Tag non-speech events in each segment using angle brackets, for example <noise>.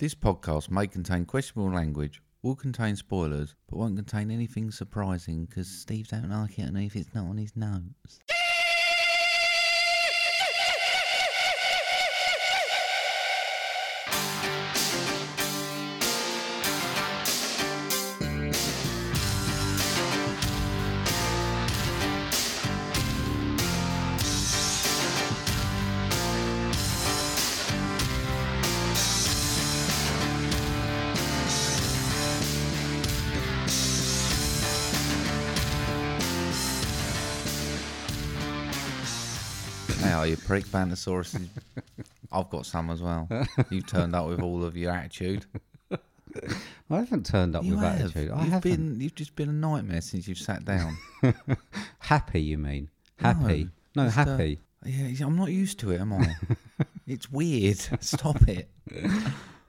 This podcast may contain questionable language, will contain spoilers, but won't contain anything surprising because Steve don't like it and if it's not on his notes. How are you, prick Bantasauruses? <laughs> I've got some as well. You turned up with all of your attitude. I haven't turned up You with have. attitude. I you've haven't. been. You've just been a nightmare since you've sat down. <laughs> Happy, you mean? Happy. No, just, uh, happy. yeah, I'm not used to it, am <laughs> I? it's weird. Stop it.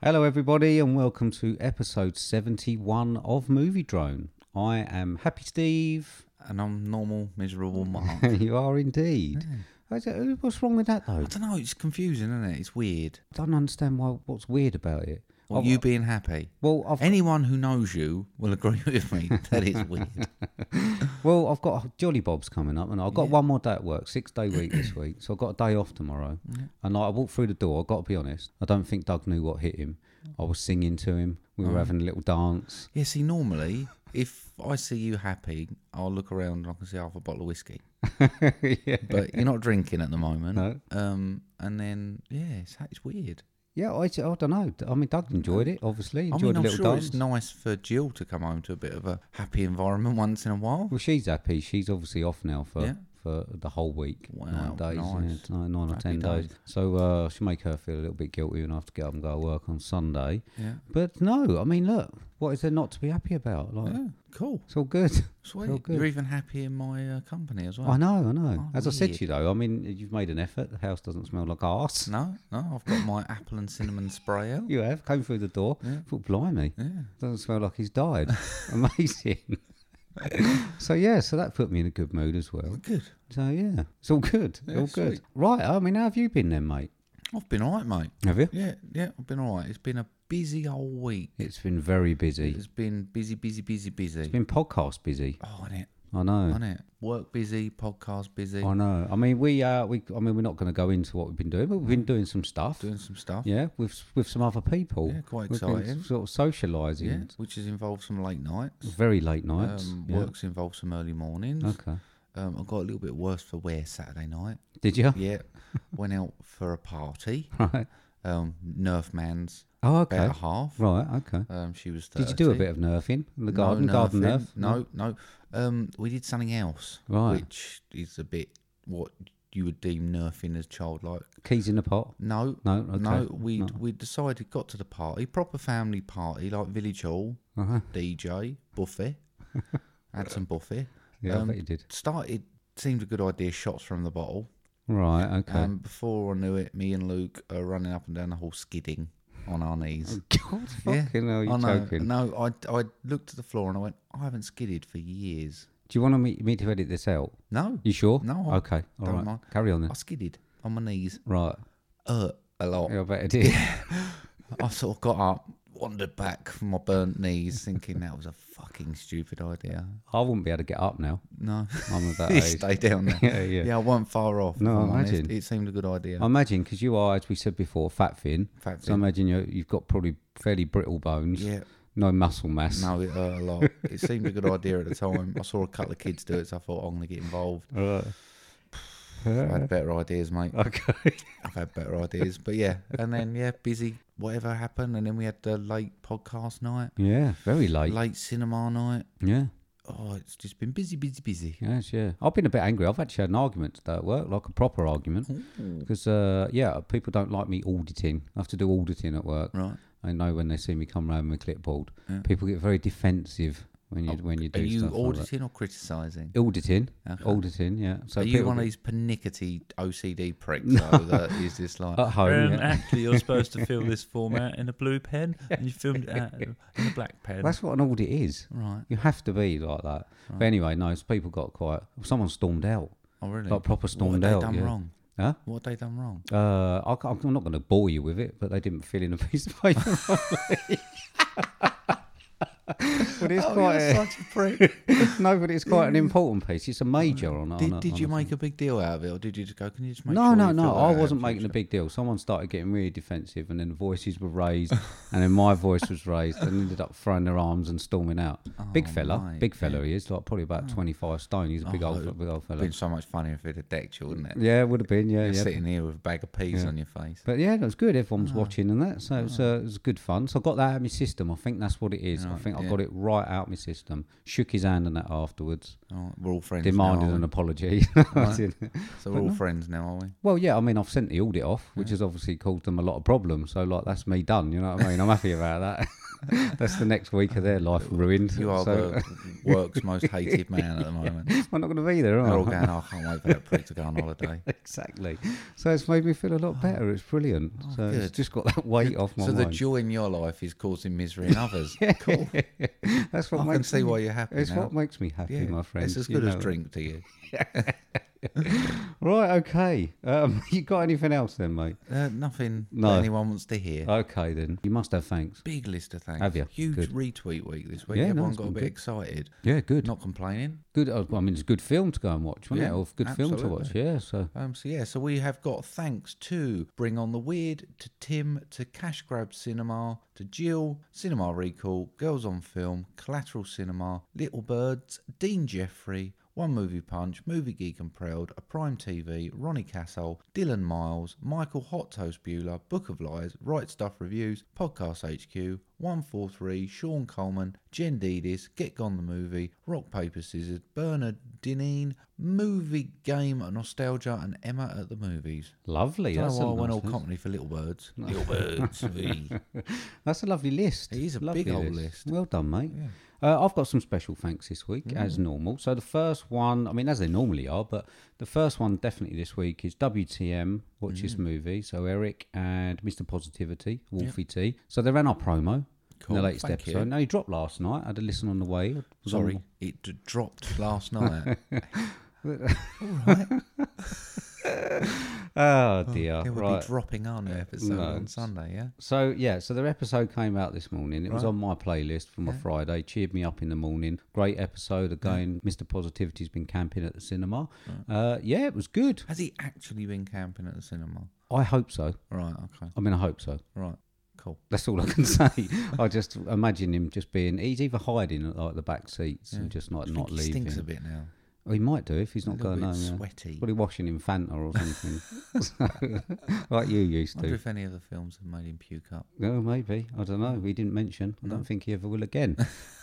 Hello, everybody, and welcome to episode 71 of Movie Drone. I am Happy Steve. <laughs> And I'm normal, miserable Mark. I you are indeed. Is it- What's wrong with that, though? don't know. It's confusing, isn't it? It's weird. I don't understand why. what's weird about it. Well, I've- you being happy. well, I've, Anyone who knows you will agree <laughs> with me that is <laughs> weird. well, I've got Jolly Bob's coming up, and I've got one more day at work, six day week this week. So I've got a day off tomorrow. And I walked through the door, I've got to be honest. I don't think Doug knew what hit him. I was singing to him, we were having a little dance. <laughs> yeah, see, normally, if I see you happy, I'll look around and I can see half a bottle of whiskey. yeah. But you're not drinking at the moment. <laughs> No. Um, and then, yeah, it's, it's weird. Yeah, I, don't know. I mean, Doug enjoyed it, obviously. I Enjoyed mean, a I'm little sure dance. it's nice for Jill to come home to a bit of a happy environment once in a while. Well, she's happy. She's obviously off now for, Yeah. for the whole week. Wow, nine days, nice. yeah, nine, nine or Happy ten days. days. So uh, she'll make her feel a little bit guilty when I have to get up and go to work on Sunday. Yeah. But no, I mean, look, what is there not to be happy about? Like, Yeah, cool. it's all good. all Sweet. good. You're even happy in my uh, company as well. I know, I know. Oh, As I said weird. to you though, I mean, you've made an effort. The house doesn't smell like arse. No, no, I've got my <laughs> apple and cinnamon spray out. <laughs> You have came through the door. Yeah. Thought, blimey, Yeah. doesn't smell like <laughs> he's died. Amazing. <laughs> so yeah, so that put me in a good mood as well. Good. So yeah, it's all good. Yeah, all good. sweet. Right. I mean, how have you been then, mate? I've been all right, mate. Have you? Yeah, yeah, I've been all right. It's been a busy old week. It's been very busy. It's It's been busy, busy, busy, busy. been podcast busy. oh, on it, I know. on it. Work busy, podcast busy, I know. I mean, we uh, we. I mean, we're not going to go into what we've been doing, but we've been doing some stuff. doing some stuff. Yeah, with with some other people. Yeah, quite We've been exciting. sort of socialising. Yeah, which has involved some late nights. Very late nights. Um, yeah. Work's involved some early mornings. Okay. Um, I got a little bit worse for wear Saturday night. Did you? <laughs> Yeah, went out for a party. Right. Um, Nerf man's Oh, okay. better half. Right. Okay. Um, she was. 30. Did you do a bit of nerfing in the No garden? garden nerfing. nerf? No, no. Um, we did something else, Right. Which is a bit what you would deem nerfing as childlike. Keys in the pot. No, No. Okay. no. We No. we decided got to the party, proper family party, like village hall, Uh-huh. DJ, <laughs> buffet. had some buffet. Yeah, I Um, bet you did. Started seemed a good idea. Shots from the bottle. Right. Okay. And before I knew it, me and Luke are running up and down the hall, skidding on our knees. <laughs> God, Yeah. Oh, fucking hell, I you're know, joking. No, I, I looked at the floor and I went, I haven't skidded for years. Do you want to me, me to edit this out? No, You sure? No, I Okay. All don't right. mind. Carry on then. I skidded on my knees Right. uh, a lot. Yeah, I bet it did. I sort of got up, wandered back from my burnt knees, thinking that was a fucking stupid idea. <laughs> I wouldn't be able to get up now. No, <laughs> I'm of that you age. stay down there. Yeah, <laughs> yeah. I wasn't far off. No, if I'm I honest. imagine. Um, It seemed a good idea. I imagine because you are, as we said before, fat thin. Fat So I thin. imagine you you've got probably fairly brittle bones. yeah, No muscle mass. no, it hurt a lot. It seemed a good idea at the time. I saw a couple of kids do it, so I thought I'm going to get involved. Right. I've <laughs> had better ideas, mate. Okay. I've had better ideas, but yeah. And then yeah, busy. Whatever happened, and then we had the late podcast night, Yeah. Very late. late cinema night. Yeah. Oh, it's just been busy, busy, busy. Yes. Yeah. I've been a bit angry. I've actually had an argument today at work, like a proper argument, because uh, yeah, people don't like me auditing. I have to do auditing at work. Right. I know when they see me come round with a clipboard, people get very defensive when you when you Oh, Are do you stuff like that. auditing or criticising? auditing, Okay. auditing, yeah. So Are you people one of get- these pernickety OCD pricks <laughs> though, that is just like at home? um, Oh, yeah. Actually, you're supposed to fill <laughs> this form out in a blue pen, and you filmed it out in a black pen. That's what an audit is. right? You have to be like that. But anyway, no, it's people got quiet. Someone stormed out, Oh really? like proper what have stormed they out. done yeah. wrong? Huh? What have they done wrong? Uh, I ca- I'm not going to bore you with it, but they didn't fill in a piece of paper. properly. <laughs> but Oh, it's quite a- such a prick. <laughs> no, but it's quite an important piece. It's a major on. on did a- did on you a make thing. a big deal out of it, or did you just go? Can you just make? No, sure no, you no. fill I that out, wasn't sort of making a shit? big deal. Someone started getting really defensive, and then the voices were raised, <laughs> and then my voice was raised, and ended up throwing their arms and storming out. big Oh, fella, mate, big fella. He is like probably about twenty-five stone. He's a big Oh, old, big old fella. Been so much funnier if it had decked you, wouldn't it? Yeah, would have been. Yeah, You're yeah. sitting here with a bag of peas Yeah. on your face. But yeah, that was good. Ah. Everyone's watching and that, so it's uh, it was good fun. So I got that out of my system. I think that's what it is. I Right, think I yeah. got it right out of my system. Shook his hand and that afterwards. Alright, Oh, we're all friends Demanded now. an aren't apology. <laughs> Right. we? So we're all no. friends now, <laughs> are we? well, yeah, I mean, I've sent the audit off, which has obviously caused them a lot of problems. So, like, that's me done. You know what I mean? I'm happy about that. <laughs> that's the next week of their life ruined. You are <laughs> so, the work's <laughs> most hated man at the moment. I'm not going to be there, They're all am I? going, oh, I can't wait for that prick to go on holiday. <laughs> exactly. So it's made me feel a lot better. It's brilliant. so it's Oh, good. just got that weight off my so the mind. <laughs> joy in your life is causing misery in others. Cool. that's what I makes can see me- why you're happy It's now. what makes me happy, Yeah, my friend. It's as you good as know. drink to you. Right, okay. Um, <laughs> you got anything else then, mate? Uh, nothing No. that anyone wants to hear. Okay, then. You must have thanks. Big list of thanks. Have you? Huge Good. retweet week this week. Yeah, no, Everyone it's got a been bit good. excited. Yeah, good. Not complaining. Good. uh, I mean, it's a good film to go and watch, wasn't Yeah, it? Or good film to watch, absolutely. yeah. So, Um, so yeah, so we have got thanks to Bring On the Weird, to Tim, to Cash Grab Cinema, to Jill, Cinema Recall, Girls on Film, Collateral Cinema, Little Birds, Dean Jeffrey, One Movie Punch, Movie Geek and Proud, A Prime TV, Ronnie Castle, Dylan Miles, Michael Hot Toast Bueller, Book of Lies, Right Stuff Reviews, Podcast HQ, 143, Sean Coleman, Jen Dedis, Get Gone the Movie, Rock Paper Scissors, Bernard Dineen, Movie Game Nostalgia, and Emma at the Movies. lovely. Don't That's know why I a, went nice all list. company for Little Birds. Little <laughs> Birds. wee. That's a lovely list. It is a Lovely big old list. Mm. Well done, mate. Uh, I've got some special thanks this week, as normal. So, the first one, I mean, as they normally are, but the first one definitely this week is WTM, Watch This Mm. Movie. So, Eric and Mr. Positivity, Wolfie T. So, they ran our promo. Cool, In the latest thank episode. you. Now he dropped last night. I had a listen on the way. It was on- Sorry, it d- dropped last <laughs> night. Oh dear. It Ah, would right. be dropping our new episode No, on it's- Sunday, yeah? So yeah, so their episode came out this morning. It was on my playlist for my Friday. Cheered me up in the morning. Great episode again. Mr. Positivity's been camping at the cinema. Uh, yeah, it was good. Has he actually been camping at the cinema? I hope so. Right, okay. I mean, I hope so. <laughs> Right, cool. That's all I can say. I just imagine him just being. He's either hiding at like the back seats and just like I think not he leaving. stinks a bit now. Oh, he might do if he's A not little going bit home. yeah. sweaty. Probably washing in Fanta or something, <laughs> <laughs> like you used I wonder to. if any of the films have made him puke up. Oh, maybe. I don't know. We didn't mention. I don't think he ever <laughs> will again.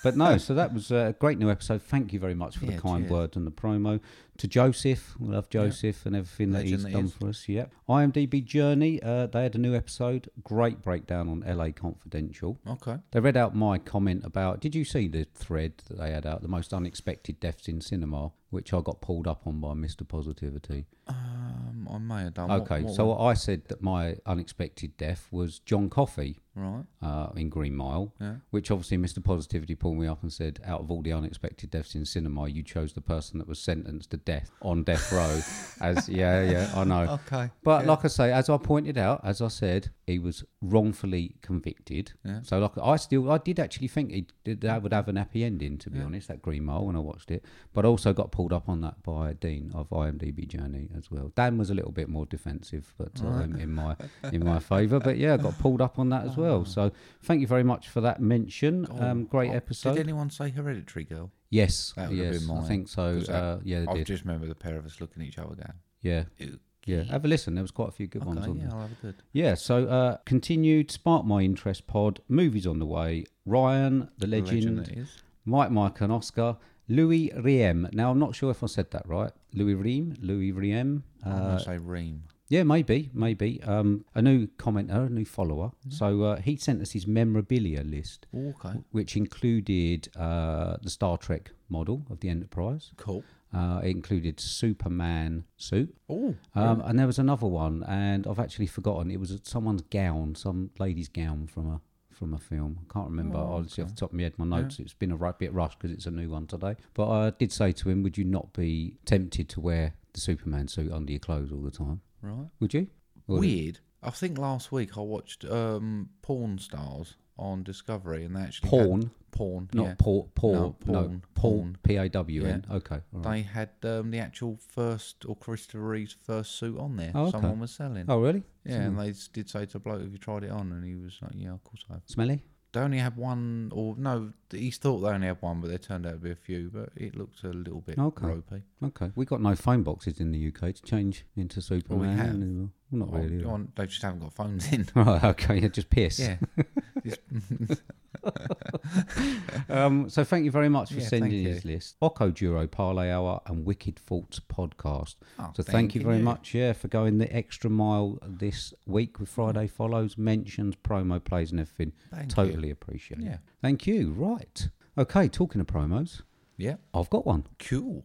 but no, so that was a great new episode. Thank you very much for the Yeah, kind cheers. word and the promo. To Joseph, we love Joseph and everything that Legend he's that he done is. for us. Yep. IMDb Journey, uh, they had a new episode. Great breakdown on LA Confidential. Okay. They read out my comment about. Did you see the thread that they had out? The most unexpected deaths in cinema, which I got pulled up on by Mr. Positivity. Um, I may have done. What- Okay, what so was- I said that my unexpected death was John Coffey right. uh, in Green Mile, Yeah. which obviously Mr. Positivity pulled me up and said, out of all the unexpected deaths in cinema, you chose the person that was sentenced to death on death row. as yeah, yeah, I know. Okay. But like I say, as I pointed out, as I said, he was wrongfully convicted. Yeah. So like I still, I did actually think he did, that would have an happy ending. To be honest, that Green Mile when I watched it, but I also got pulled up on that by Dean of IMDb Journey as well. Dan was a little bit more defensive, but um, in <laughs> my in my favour. But yeah, I got pulled up on that as well. So thank you very much for that mention. Um, great Ah. Oh, Did episode. anyone say Hereditary Girl? yes, That would have yes, been I mine, think so. 'cause that- Uh, yeah, they I did. just remember the pair of us looking at each other going, yeah, "Ew." yeah. Have a listen. There was quite a few good ones okay, on yeah, there. I'll have a good. Yeah, so uh, continued Spark My Interest pod, movies on the way, Ryan, the legend, Legend that is. Mike, Mike, and Oscar, Louis Riem. Now, I'm not sure if I said that right. Louis Riem, Louis Riem. I'm going Uh, to say Ream. yeah, maybe, maybe. Um, a new commenter, a new follower. So uh, he sent us his memorabilia list, Oh, okay. which included uh, the Star Trek model of the Enterprise. Cool. Uh, it included Superman suit. Oh, Um, and there was another one, and I've actually forgotten. It was someone's gown, some lady's gown from a from a film. I can't remember. Oh, Honestly, off the top of my head, my notes. It's been a right bit rushed because it's a new one today. But I did say to him, "Would you not be tempted to wear the Superman suit under your clothes all the time?" right? Would you? Or- Weird. I think last week I watched um, Porn Stars on Discovery, and they actually had- Porn, porn, not yeah. por, por, No, no, porn, porn, porn. P A W N. Okay. all right. They had um, the actual first or Christopher Reeve's first suit on there. Oh, okay. Someone was selling. Oh, really? yeah, and they s- did say to a bloke, "Have you tried it on?" And he was like, "Yeah, of course I have." Smelly? They only had one, or no, he thought they only had one, but there turned out to be a few. But it looked a little bit Okay. ropey. Okay. We got no phone boxes in the UK to change into Superman. have. and- well, not Oh, really. <laughs> go on, they just haven't got phones in. Right, okay, yeah, just piss. yeah. <laughs> mm, Um, so thank you very much for Yeah, thank sending you. his list. Oco Duro Parlay Hour and Wicked Thoughts podcast. Oh, So thank you very you. much, yeah, for going the extra mile this week with Friday follows, mentions, promo plays, and everything. Thank you. totally appreciate it. Yeah. Thank you. Right. Okay. Talking of promos, Yeah. I've got one. Cool.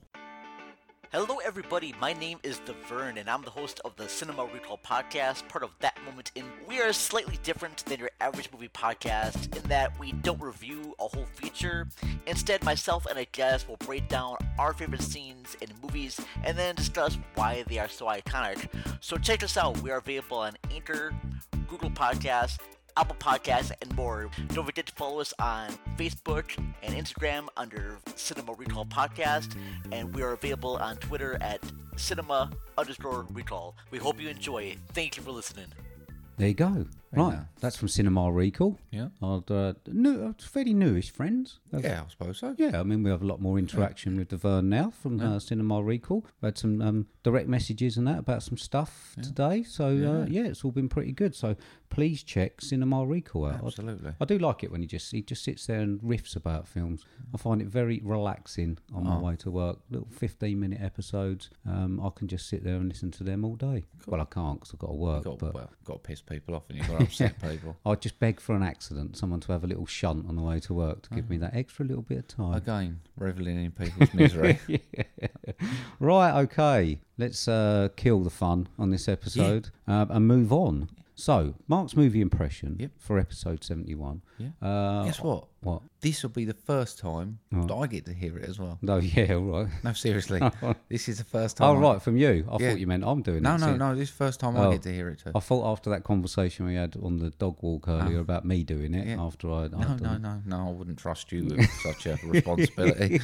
Hello, everybody. My name is The Vern, and I'm the host of the Cinema Recall podcast, part of That Moment In. We are slightly different than your average movie podcast in that we don't review a whole feature. Instead, myself and a guest will break down our favorite scenes in movies and then discuss why they are so iconic. So check us out. We are available on Anchor, Google Podcasts, Apple Podcasts, and more. Don't forget to follow us on Facebook and Instagram under Cinema Recall Podcast, and we are available on Twitter at cinema underscore recall. We hope you enjoy. Thank you for listening. There you go. right. nice. That's from Cinema Recall. Yeah. I'd, uh, new, uh, fairly newish friends. They've- Yeah, I suppose so. Yeah, I mean, we have a lot more interaction with the Vern now from uh, Cinema Recall. We had some um, direct messages and that about some stuff today. So, Uh, yeah, it's all been pretty good. So, please check Cinema Recall out. I- Absolutely. I do like it when he just he just sits there and riffs about films. I find it very relaxing on my way to work. Little fifteen minute episodes. Um, I can just sit there and listen to them all day. Well, I can't because I've got to work. Got, but well, got to piss people off and you've got to <laughs> upset people. I just beg for an accident, someone to have a little shunt on the way to work to give me that extra little bit of time. Again, reveling in people's <laughs> misery. Right, okay. Let's uh, kill the fun on this episode um, and move on. So, Mark's movie impression Yep. for episode 71. Yeah. Uh, Guess what? what? This will be the first time Right. that I get to hear it as well. No, <laughs> yeah, <laughs> all right. No, seriously. this is the first time. Oh, I- right, from you. I Yeah. thought you meant I'm doing No, it. no, so- no. This is the first time Oh. I get to hear it too. I thought after that conversation we had on the dog walk earlier about me doing it, Ah. Yeah. after I. No, no, no, no. I wouldn't trust <laughs> you with such a responsibility.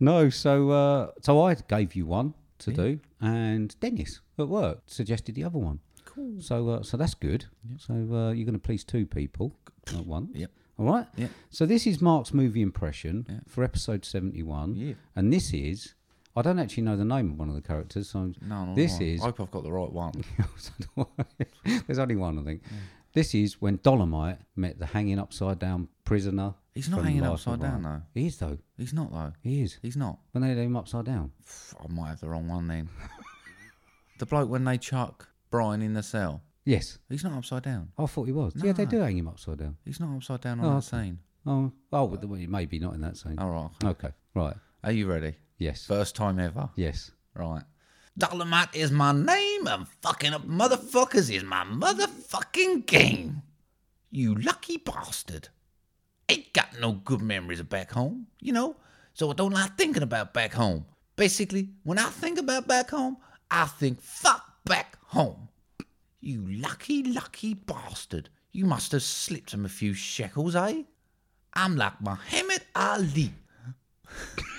No, so uh, so I gave you one to do, and Dennis at work suggested the other one. <laughs> Cool. So uh, so that's good. So uh, you're going to please two people at once. Yep. All right. Yep. So this is Mark's movie impression for episode 71, Yeah. and this is. I don't actually know the name of one of the characters, <laughs> so No, no. this no. is I hope I've got the right one. So do I. There's only one, I think. This is when Dolomite met the hanging upside down prisoner. He's not from hanging Life of upside down, Ryan. though. He is though. He's not though. He is. He's not. When they had him upside down. Pff, I might have the wrong one then. the bloke when they chuck Brian in the cell. Yes. He's not upside down. I thought he was. Yeah, they No. do hang him upside down. He's not upside down on Oh, that okay. scene. Oh, oh, Uh, well, well, maybe not in that scene. All right. Okay, right. Are you ready? Yes. First time ever. yes. Right. Dolomite is my name, and fucking up motherfuckers is my motherfucking game. You lucky bastard. Ain't got no good memories of back home, you know? So I don't like thinking about back home. Basically, when I think about back home, I think fuck back home. You lucky, lucky bastard. You must have slipped him a few shekels, eh? I'm like Muhammad Ali. <laughs>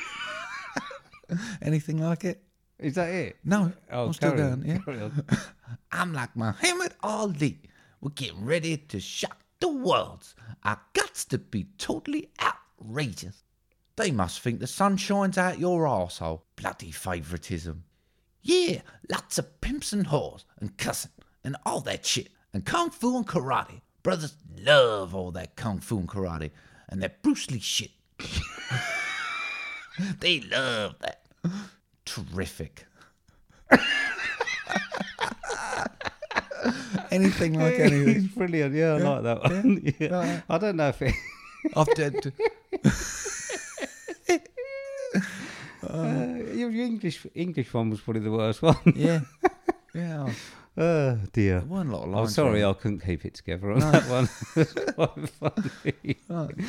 Anything like it? Is that it? No, Oh, I'm still carry on, down. Yeah, carry on. <laughs> I'm like Muhammad Ali. We're getting ready to shock the world. I got to be totally outrageous. They must think the sun shines out your arsehole. Bloody favouritism. Yeah, lots of pimps and whores and cussing and all that shit. And kung fu and karate. Brothers love all that kung fu and karate and that Bruce Lee shit. <laughs> they love that. Terrific. <laughs> Anything like <laughs> He's brilliant. Yeah, I like that one. <laughs> Yeah. I don't know <laughs> if it. <laughs> I've done- Uh, your English English one was probably the worst one. <laughs> Yeah. Yeah. oh dear. There weren't a lot of I'm lines. sorry, I couldn't keep it together on that one. <laughs> It's quite funny.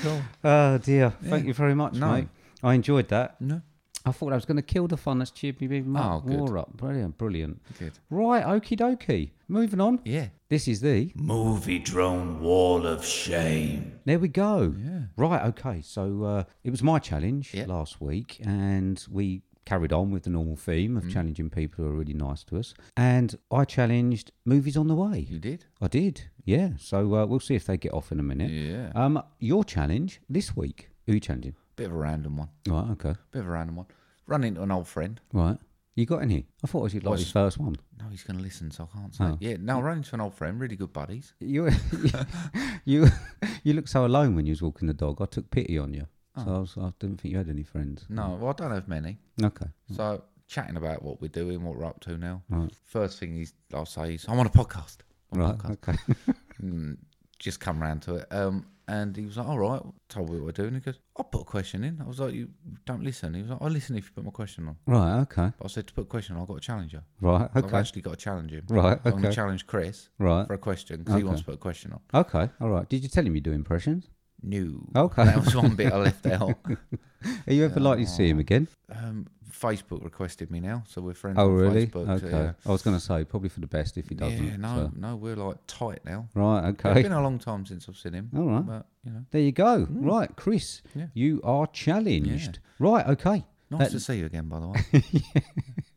cool. Oh dear! Thank you very much, No. mate. I enjoyed that. No. I thought I was going to kill the fun that's cheered me even Oh, up, good. more up. Brilliant, brilliant. Good. Right, okie dokie. Moving on. Yeah. This is the. Movie drone wall of shame. There we go. Oh, Yeah. Right, okay. So uh, it was my challenge Yeah. last week, and we carried on with the normal theme of challenging people who are really nice to us. And I challenged movies on the way. You did? I did, yeah. So uh, we'll see if they get off in a minute. Yeah. Um, your challenge this week. Who you challenging? Bit of a random one. Right, okay. Bit of a random one. Run into an old friend. Right. You got any? I thought it was your like, his first one. No, he's going to listen, so I can't Oh. say. Yeah, no, I ran into an old friend, really good buddies. You, <laughs> you, you looked so alone when you was walking the dog. I took pity on you. So I, was, I didn't think you had any friends. No, Mm. well, I don't have many. Okay. So chatting about what we're doing, what we're up to now. First thing he's, I'll say is, I'm on a podcast. I'm on a Right. podcast. Okay. <laughs> Mm, just come round to it. Um, and he was like, all right, told me what we're doing. He goes, I'll put a question in. I was like, you don't listen. He was like, I'll listen if you put my question on. Right. Okay. But I said, to put a question on, I've got a challenger. Right. So I've Okay. actually got to challenge him. Right, So I'm going okay. Uh, to challenge Chris Right. for a question because he wants to put a question on. Okay. All right. Did you tell him you do impressions? No. Okay. That was one bit I <laughs> left out. Are you ever likely to see him again? Um, Facebook requested me now, so we're friends Oh, on really? Facebook. so okay. yeah. I was going to say probably for the best if he doesn't. Yeah, no, so- no, we're like tight now. Right. It's Okay. been a long time since I've seen him. All right. But, you know, There you go. Right, Chris. Yeah. You are challenged. Right. Okay. nice That- to see you again, by the way.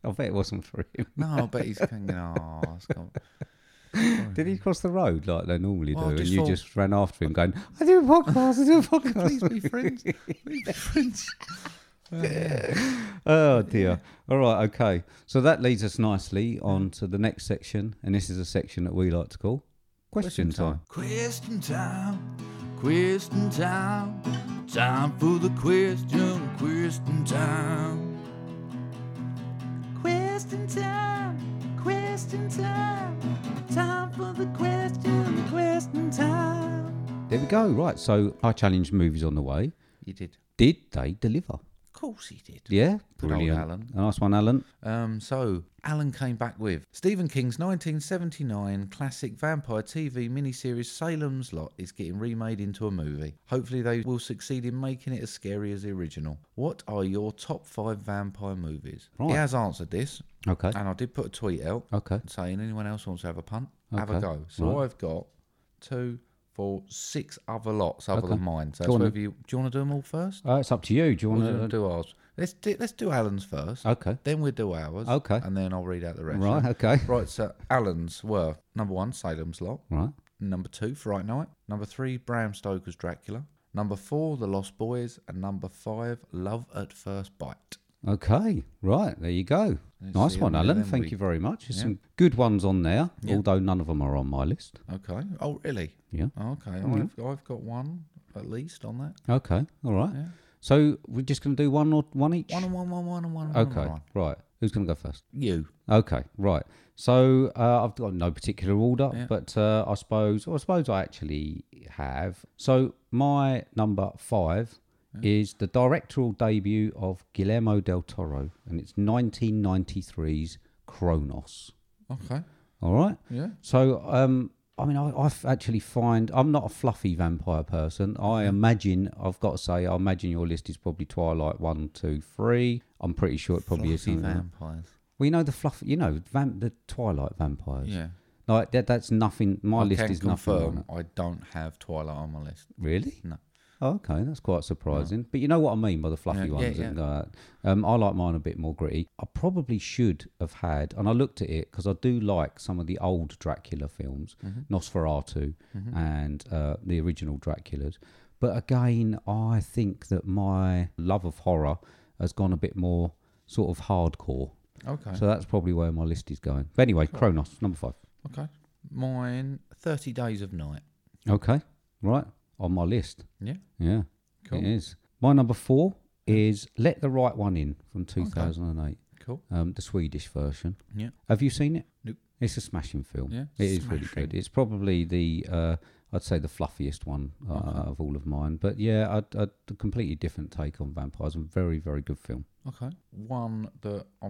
I bet it wasn't for <laughs> him. No, but <laughs> he's thinking, oh, it's gone. Did he cross the road like they normally Well, I do? And just you thought- just ran after him, going, "I do a podcast. I do a podcast." please be friends. Please be friends. Oh dear. All right, okay. So that leads us nicely on to the next section, and this is a section that we like to call question, time. Question time, question time, time for the question, question time. Question time, question time, time for the question, question time. There we go. Right. So I challenged movies on the way. You did. Did they deliver? Of course he did. Yeah. Good old Brilliant. Alan. Nice one, Alan. Um, so, Alan came back with Stephen King's 1979 classic vampire TV miniseries Salem's Lot is getting remade into a movie. Hopefully, they will succeed in making it as scary as the original. What are your top five vampire movies? He Right. has answered this, Okay. and I did put a tweet out Okay. saying anyone else wants to have a punt, have a Okay. go. So, Right. I've got two, four, six other lots other Okay. than mine. So, Go that's on then. whether you, do you want to do them all first? Uh, it's up to you. Do you Or do you want wanna to? do ours? Let's do, let's do Alan's first. Okay. Then we'll do ours. Okay. And then I'll read out the rest. Right. Okay. Right, so Alan's were number one, Salem's Lot. Right. Number two, Fright Night. Number three, Bram Stoker's Dracula. Number four, The Lost Boys. And number five, Love at First Bite. Okay, right, there you go. Let's nice see one, how many Alan. of them Thank we- you very much. There's some good ones on there, although none of them are on my list. Okay. Oh, really? Yeah. Okay. I've, I've got one at least on that. Okay, all right. So we're just going to do one or one each? One and one, one, one and one. and one and okay, one. right. Who's going to go first? You. Okay, right. So uh, I've got no particular order, Yeah. but uh, I suppose, or I suppose I actually have. So my number five is the directorial debut of Guillermo del Toro, and it's 1993's Kronos. Okay. All right. Yeah. So, um, I mean, I, I f- actually find I'm not a fluffy vampire person. I imagine I've got to say, I imagine your list is probably Twilight one, two, three. I'm pretty sure it probably is Fluffy something. like that. vampires. Well, you know the fluff, you know, vamp, the Twilight vampires. Yeah. Like that. That's nothing. My I list can is nothing. confirm Like that. I don't have Twilight on my list. Really? No. Oh, okay, that's quite surprising. But you know what I mean by the fluffy Yeah, yeah, ones and go out. Um, I like mine a bit more gritty. I probably should have had, and I looked at it because I do like some of the old Dracula films, Mm-hmm. Nosferatu and uh, the original Draculas. But again, I think that my love of horror has gone a bit more sort of hardcore. Okay. So that's probably where my list is going. But anyway, Kronos, number five. Okay. Mine, 30 Days of Night. Okay, right, on my list. Yeah. Yeah, it is. My number four is "Let the Right One In" from 2008, Cool. um, the Swedish version. Yeah. Have you seen it? Nope. It's a smashing film. Yeah, it is really good. It's probably the uh, I'd say the fluffiest one uh, of all of mine. But yeah, I, I, a completely different take on vampires. A very very good film. Okay. One that i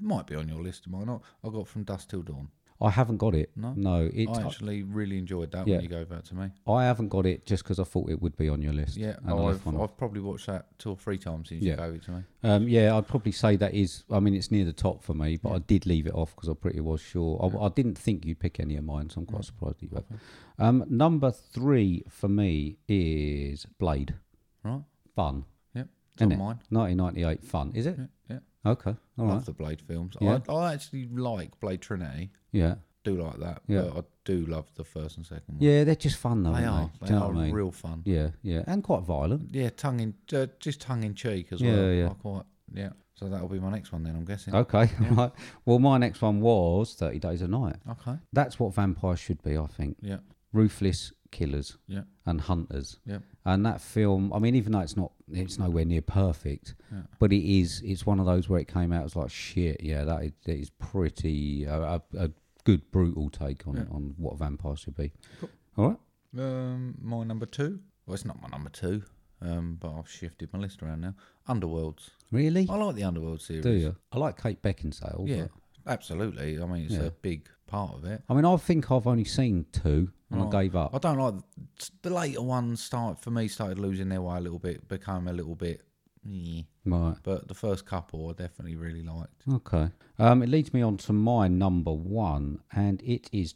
might be on your list, might not. I got from Dust Till Dawn. I haven't got it. No? no, it. I actually really enjoyed that Yeah. when you gave that to me. I haven't got it just because I thought it would be on your list. Yeah, and I oh, left I've, one off. I've probably watched that two or three times since Yeah. you gave it to me. Um, yeah, I'd probably say that is. I mean, it's near the top for me, but I did leave it off because I pretty was sure. I, I didn't think you'd pick any of mine, so I'm quite surprised that you have. Um, number three for me is Blade. Right? Fun, Yep. It's on isn't it? mine. 1998. Fun, is it? Yeah. Okay, all Love right. the Blade films. Yeah. I, I actually like Blade Trinity. Yeah, Do like that. Yeah. But I do love the first and second one. yeah, they're just fun though. They are. aren't They? They Do you know are what I mean? real fun. Yeah, yeah, and quite violent. Yeah, tongue in uh, just tongue in cheek as Yeah, well. yeah. Uh, I quite yeah. So that'll be my next one then. I'm guessing. Okay, <laughs> right. Well, my next one was Thirty Days a Night. Okay. That's what vampires should be, I think. Yeah. Ruthless killers. Yeah. and hunters. Yeah. And that film, I mean, even though it's not, it's nowhere near perfect, but it is. It's one of those where it came out as like shit. Yeah, that is, that is pretty uh, a, a good brutal take on on what vampires should be. All right. Um, my number two. Well, it's not my number two. Um, but I've shifted my list around now. Underworlds. Really? I like the Underworld series. Do you? I like Kate Beckinsale. Yeah, but- absolutely. I mean, it's Yeah. a big part of it. I mean, I think I've only seen two, and I gave up. Oh. I don't like the later ones. Start for me started losing their way a little bit, became a little bit. meh. right. But the first couple I definitely really liked. Okay. Um, it leads me on to my number one, and it is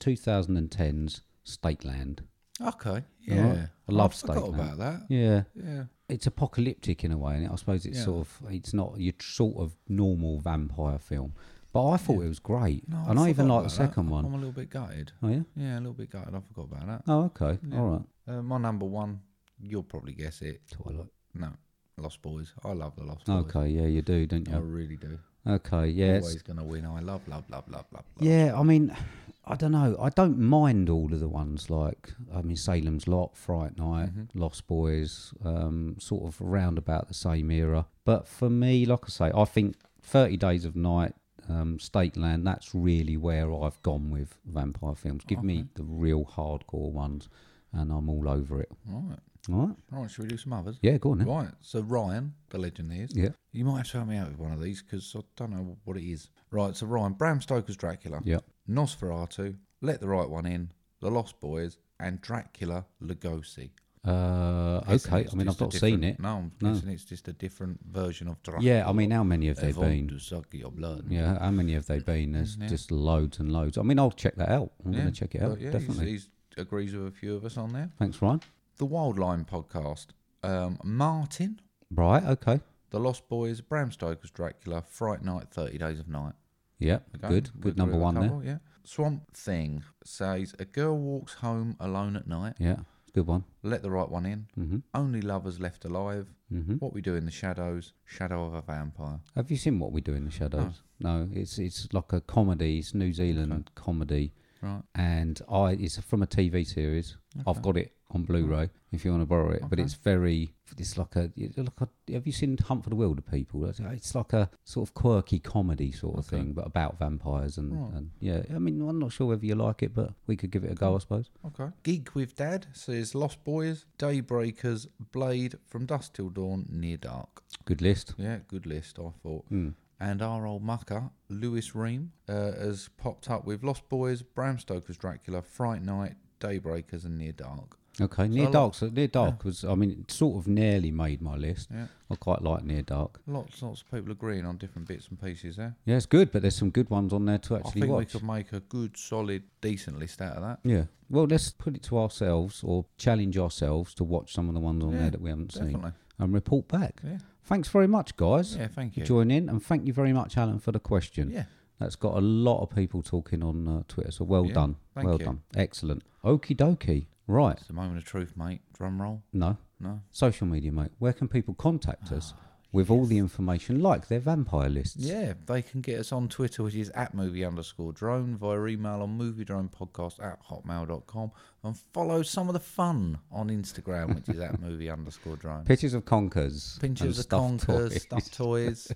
2010's Stateland. Okay, All yeah, right. I love I forgot Stakeland. about that. Yeah. Yeah, it's apocalyptic in a way, and I suppose it's Yeah. sort of it's not your tr- sort of normal vampire film. But I thought it was great, and I even forgot like the about that. second I'm one. a little bit gutted. Oh yeah. Yeah, a little bit gutted. I forgot about that. Oh okay. All right. Uh, my number one, you'll probably guess it. Twilight. No, Lost Boys. I love the Lost Boys. Okay. Yeah, you do, don't I you? really do. Okay. Yeah. it's- Always gonna win. I love, love, love, love, love. love. Yeah. I mean, I don't know. I don't mind all of the ones like I mean Salem's Lot, Fright Night, Mm-hmm. Lost Boys, um, sort of round about the same era. But for me, like I say, I think Thirty Days of Night. Um, Stateland, that's really where I've gone with vampire films. Give me the real hardcore ones, and I'm all over it. Right. All right? Right. Should we do some others? Yeah, go on then. Right. So Ryan, the legend is. Yeah. You might have to help me out with one of these because I don't know what it is. Right. So Ryan, Bram Stoker's Dracula. Yeah. Nosferatu, Let the Right One In, The Lost Boys, and Dracula Lugosi. Uh, Guessing okay, it's I mean, I've just a not seen different- it. No, I'm No. guessing it's just a different version of Dracula. Yeah, I mean, how many have They there want been? to suck your blood. Yeah, how many have they been? There's just loads and loads. I mean, I'll check that out. I'm going to check it out, but yeah, he's- definitely. he's- agrees with a few of us on there. Thanks, Ryan. The Wildline podcast. Um, Martin, Right, okay. The Lost Boys, Bram Stoker's Dracula, Fright Night, 30 Days of Night. Yeah, good. we Good agree number with one that there. one, Yeah. Swamp Thing says a girl walks home alone at night. Yeah, good one. Let the right one in. Mhm. Only lovers left alive. hmm What we do in the shadows. Shadow of a vampire. Have you seen What We Do in the Shadows? No, it's it's like a comedy. It's New Zealand comedy. Right. And I it's from a TV series. I've got it on Blu-ray if you want to borrow it. But it's very, it's like a, it's like a, have you seen Hunt for the Wilder People? That's- It's like a sort of quirky comedy sort of thing, but about vampires and, and yeah. I mean, I'm not sure whether you like it, but we could give it a Hmm. go, I suppose. Okay. Geek with Dad says Lost Boys, Daybreakers, Blade, From Dusk Till Dawn, Near Dark. Good list. Yeah, good list, I thought. And our old mucker, Lewis Ream, uh, has popped up with Lost Boys, Bram Stoker's Dracula, Fright Night, Daybreakers, and Near Dark. Okay, Near Dark. So Near Dark was, I mean, it sort of nearly made my list. Yeah. I quite like Near Dark. Lots, lots of people agreeing on different bits and pieces there. Yeah, it's good, but there's some good ones on there to I actually think we watch. could make a good, solid, decent list out of that. Yeah. Well, let's put it to ourselves or challenge ourselves to watch some of the ones on Yeah, there that we haven't seen definitely. and report back. Yeah. Thanks very much, guys. Yeah, thank for you. Joining and thank you very much, Alan, for the question. Yeah. That's got a lot of people talking on uh, Twitter, so well Yeah, done. thank well you. done. Excellent. Okie dokie. Right. It's the moment of truth, mate. Drum roll. No. No. Social media, mate. Where can people contact us with all the information like their vampire lists? Ah, Yeah, they can get us on Twitter, which is at movie underscore drone, via email on movie drone podcast at hotmail.com, and follow some of the fun on Instagram, which is <laughs> at movie underscore drone. Pictures of conkers. and Pinches of stuffed conkers, toys. stuffed toys.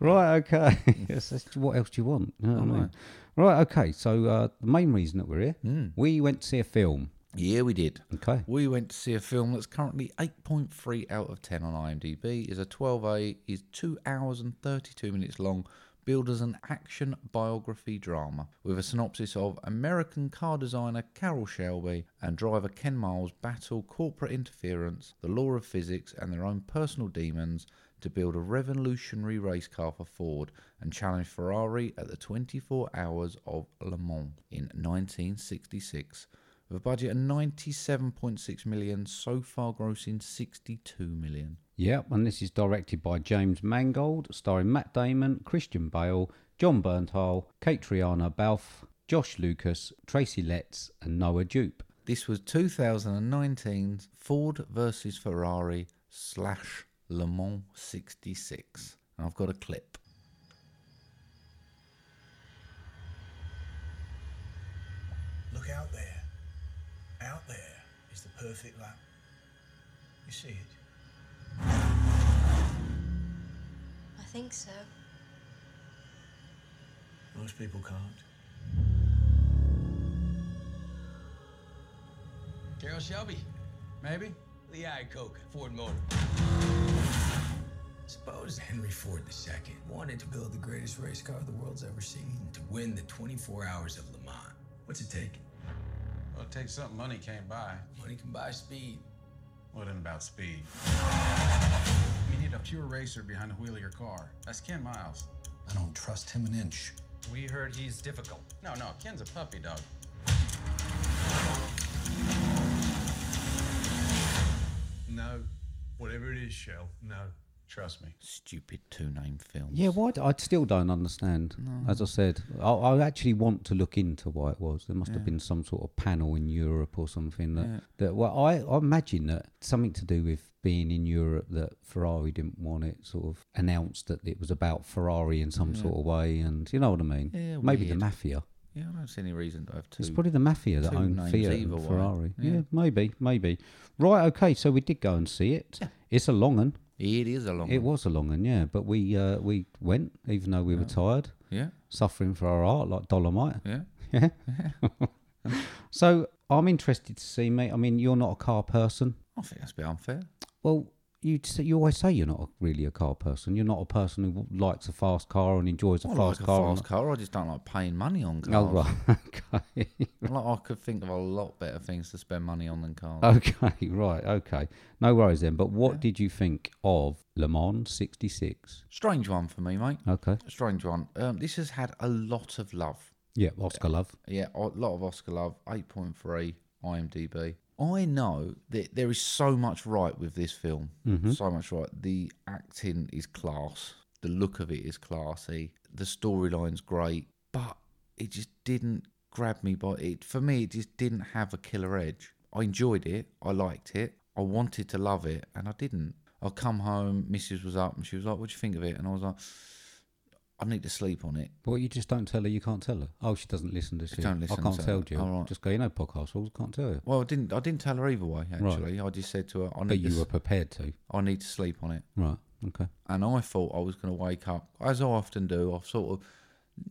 Right, okay. <laughs> Yes, that's- what else do you want? You know what I mean? Right, okay. So uh, the main reason that we're here, we went to see a film. Hmm. yeah, we did. Okay. We went to see a film that's currently 8.3 out of 10 on IMDb, is a 12A, is 2 hours and 32 minutes long, billed as an action biography drama with a synopsis of American car designer Carol Shelby and driver Ken Miles battle corporate interference, the law of physics, and their own personal demons to build a revolutionary race car for Ford and challenge Ferrari at the 24 Hours of Le Mans in 1966. With a budget of 97.6 million, so far grossing 62 million. Yep, and this is directed by James Mangold, starring Matt Damon, Christian Bale, John Bernthal, Kate Triana Balfe, Josh Lucas, Tracy Letts, and Noah Jupe. This was 2019's Ford versus Ferrari slash Le Mans 66. And I've got a clip. Look out there. Out there is the perfect lap. You see it? I think so. Most people can't. Carol Shelby, maybe? Lehigh Coke, Ford Motor. Suppose Henry Ford II wanted to build the greatest race car the world's ever seen to win the 24 hours of Le Mans. What's it take? Well, it takes something money can't buy. Money can buy speed. What then about speed? We need a pure racer behind the wheel of your car. That's Ken Miles. I don't trust him an inch. We heard he's difficult. No, no, Ken's a puppy dog. No. Whatever it is, Shell, no. Trust me. Stupid two name film. Yeah, why? d- I still don't understand. As I said, I, I actually want to look into why it was. There must have been some sort of panel in Europe or something that, that well, I, I imagine that something to do with being in Europe that Ferrari didn't want it sort of announced that it was about Ferrari in some sort of way, and you know what I mean? Yeah, Maybe weird. the mafia. Yeah, I don't see any reason to have two. It's probably the mafia that two owned names Fiat either and way. Ferrari. Yeah. Yeah. maybe, maybe. Right, okay, so we did go and see it. It's a long un. It is a long It one. was a long un, yeah, but we uh, we went even though we were tired, Yeah, suffering for our art like Dolomite. yeah. Yeah. so I'm interested to see, mate. I mean, you're not a car person. I think that's a bit unfair. Well, you say, you always say you're not a, really a car person. You're not a person who w- likes a fast car and enjoys a I like fast a car. and fast car. I just don't like paying money on cars. not- Oh <laughs> right, <laughs> okay. Like, I could think of a lot better things to spend money on than cars. Oh. Okay, right, okay. No worries then. But what did you think of Le Mans 66? Strange one for me, mate. Okay. Strange one. Um, this has had a lot of love. Yeah, Oscar love. Yeah, a lot of Oscar love. 8.3 IMDb. I know that there is so much right with this film. So much right. The acting is class. The look of it is classy. The storyline's great, but it just didn't grab me by it. For me, it just didn't have a killer edge. I enjoyed it. I liked it. I wanted to love it, and I didn't. I come home. Mrs. was up, and she was like, "What do you think of it?" And I was like, "I need to sleep on it." But you just don't tell her you can't tell her. Oh, she doesn't listen to you. don't listen I can't to tell her. you. All right. Just go, you know, podcast rules, can't tell you. Well, I didn't. I didn't tell her either way. Actually, I just said to her, "I But need, to, you were s- prepared to. I need to sleep on it." Right, okay. And I thought I was going to wake up, as I often do. I've sort of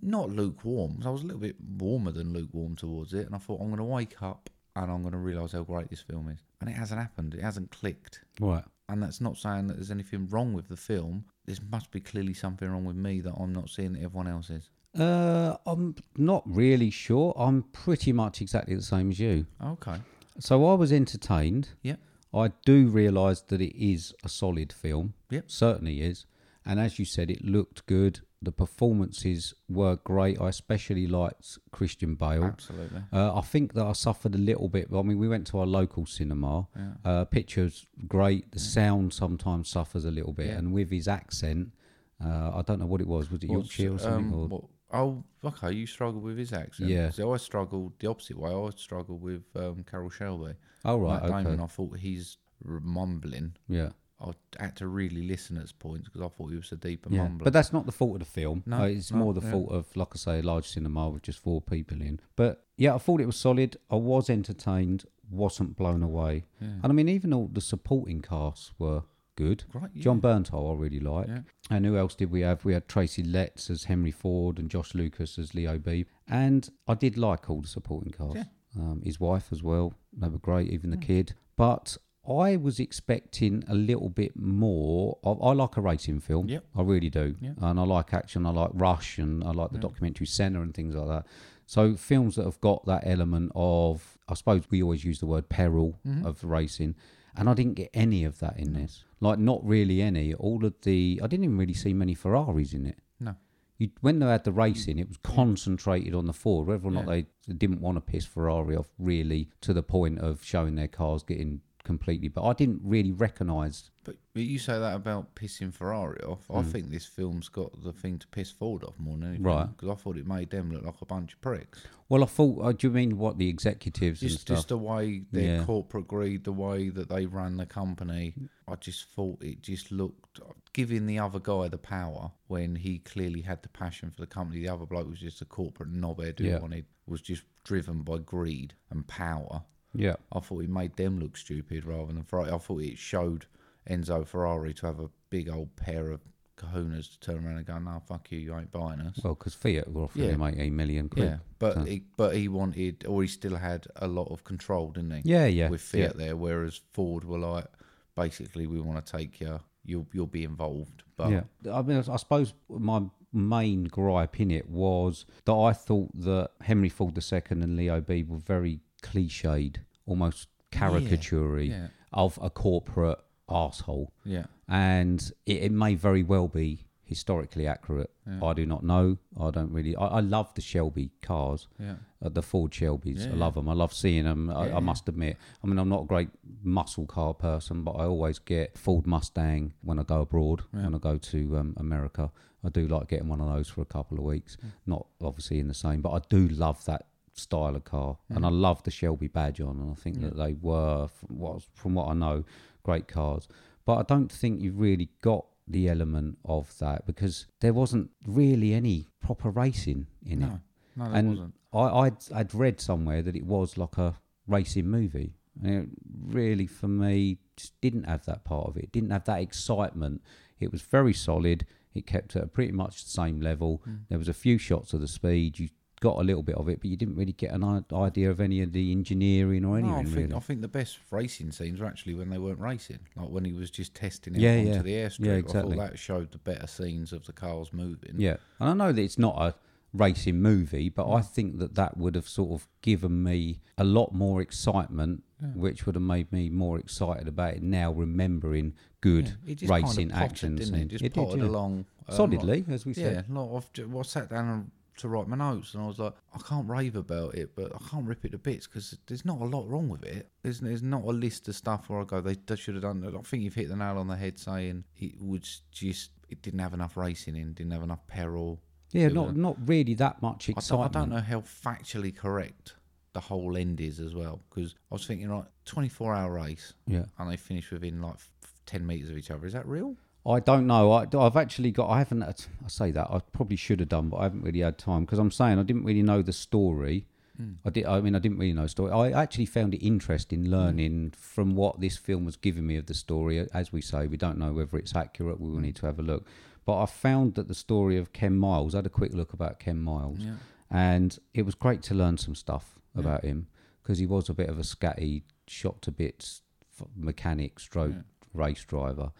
not lukewarm. I was a little bit warmer than lukewarm towards it, and I thought I'm going to wake up and I'm going to realise how great this film is. And it hasn't happened. It hasn't clicked. Right. And that's not saying that there's anything wrong with the film. This must be clearly something wrong with me that I'm not seeing that everyone else is. Uh, I'm not really sure. I'm pretty much exactly the same as you. Okay. So I was entertained. Yeah. I do realise that it is a solid film. Yep. Certainly is. And as you said, it looked good. The performances were great. I especially liked Christian Bale. Absolutely. Uh, I think that I suffered a little bit. I mean, we went to our local cinema. Uh, pictures great. The sound sometimes suffers a little bit, and with his accent, uh, I don't know what it was. Was it Yorkshire or something? Um, or, what- oh, okay. You struggled with his accent. Yeah. So I struggled the opposite way. I struggled with um, Carol Shelby. oh Matt right, Damon, okay, I thought he's r- mumbling. yeah. I had to really listen at points because I thought he was a deeper Yeah. mumbler. But that's not the fault of the film. No, No, it's no, more the yeah. fault of, like I say, a large cinema with just four people in. But yeah, I thought it was solid. I was entertained. Wasn't blown away. And I mean, even all the supporting casts were good. Great, yeah. John Bernthal, I really like. And who else did we have? We had Tracy Letts as Henry Ford and Josh Lucas as Leo B. And I did like all the supporting cast. Um, his wife as well. They were great, even the kid. But I was expecting a little bit more. Of, I like a racing film. Yep. I really do. Yep. And I like action. I like Rush and I like the documentary centre and things like that. So films that have got that element of, I suppose we always use the word peril of racing. And I didn't get any of that in this. Like, not really any. All of the, I didn't even really see many Ferraris in it. No. You, when they had the racing, it was concentrated on the Ford, whether or not they didn't want to piss Ferrari off really to the point of showing their cars getting completely. But I didn't really recognise. But, but you say that about pissing Ferrari off. I think this film's got the thing to piss Ford off more than anything. Hmm. Right. Because I thought it made them look like a bunch of pricks. Well, I thought, uh, do you mean what the executives and Just, stuff? just the way their Yeah. corporate greed, the way that they ran the company, I just thought it just looked giving the other guy the power when he clearly had the passion for the company. The other bloke was just a corporate knobhead who Yeah. wanted was just driven by greed and power. yeah. I thought it made them look stupid rather than Ferrari. I thought it showed Enzo Ferrari to have a big old pair of kahunas to turn around and go, "No, fuck you, you ain't buying us." Well, because Fiat were offering Yeah. him 18 million quid. Yeah, but he, but he wanted, or he still had a lot of control, didn't he? Yeah, yeah, With Fiat there, whereas Ford were like, basically, we want to take you. You'll you'll be involved, but yeah. I mean, I suppose my main gripe in it was that I thought that Henry Ford II and Leo B were very cliched, almost caricaturey yeah. of a corporate asshole. yeah, and it, it may very well be historically accurate. I do not know. I don't really. I, I love the Shelby cars, Yeah. uh, the Ford Shelbys. I love them. I love seeing them. I, I must admit. I mean, I'm not a great muscle car person, but I always get Ford Mustang when I go abroad. When I go to um, America, I do like getting one of those for a couple of weeks. Mm. Not obviously in the same, but I do love that style of car Mm. and i love the shelby badge on and i think that they were from what, from what i know great cars but I don't think you've really got the element of that because there wasn't really any proper racing in it. no, there and wasn't. I, I'd, I'd read somewhere that it was like a racing movie. And it really, for me, just didn't have that part of it. Didn't have that excitement. It was very solid. It kept at pretty much the same level. Hmm. There was a few shots of the speed. You got a little bit of it, but you didn't really get an i- idea of any of the engineering or No, anything. I think really. I think the best racing scenes were actually when they weren't racing, like when he was just testing it Yeah, onto yeah. the Yeah, airstrip. exactly. I thought that showed the better scenes of the cars moving. Yeah, and I know that it's not a racing movie, but Mm. I think that that would have sort of given me a lot more excitement, which would have made me more excited about it now, remembering good It just kind of racing potted, action. didn't scene. it? Just It did, potted yeah. along um, solidly, as we Yeah, said. like I've ju- well, I sat down and to write my notes, and I was like, I can't rave about it, but I can't rip it to bits because there's not a lot wrong with it. There's, there's not a list of stuff where I go, they, they should have done. that." I think you've hit the nail on the head saying it was just it didn't have enough racing in, didn't have enough peril. Yeah, It was not not really that much I don't, I excitement. don't know how factually correct the whole end is as well because I was thinking like 24 hour race, Yeah. and they finish within like f- 10 meters of each other. Is that real? I don't know. I, I've actually got. I haven't. I say that. I probably should have done, but I haven't really had time because I'm saying I didn't really know the story. I did. I mean, I didn't really know the story. I actually found it interesting learning from what this film was giving me of the story. As we say, we don't know whether it's accurate. We will need to have a look. But I found that the story of Ken Miles. I had a quick look about Ken Miles, and it was great to learn some stuff about him because he was a bit of a scatty, shot to bits f- mechanic, stroke race driver.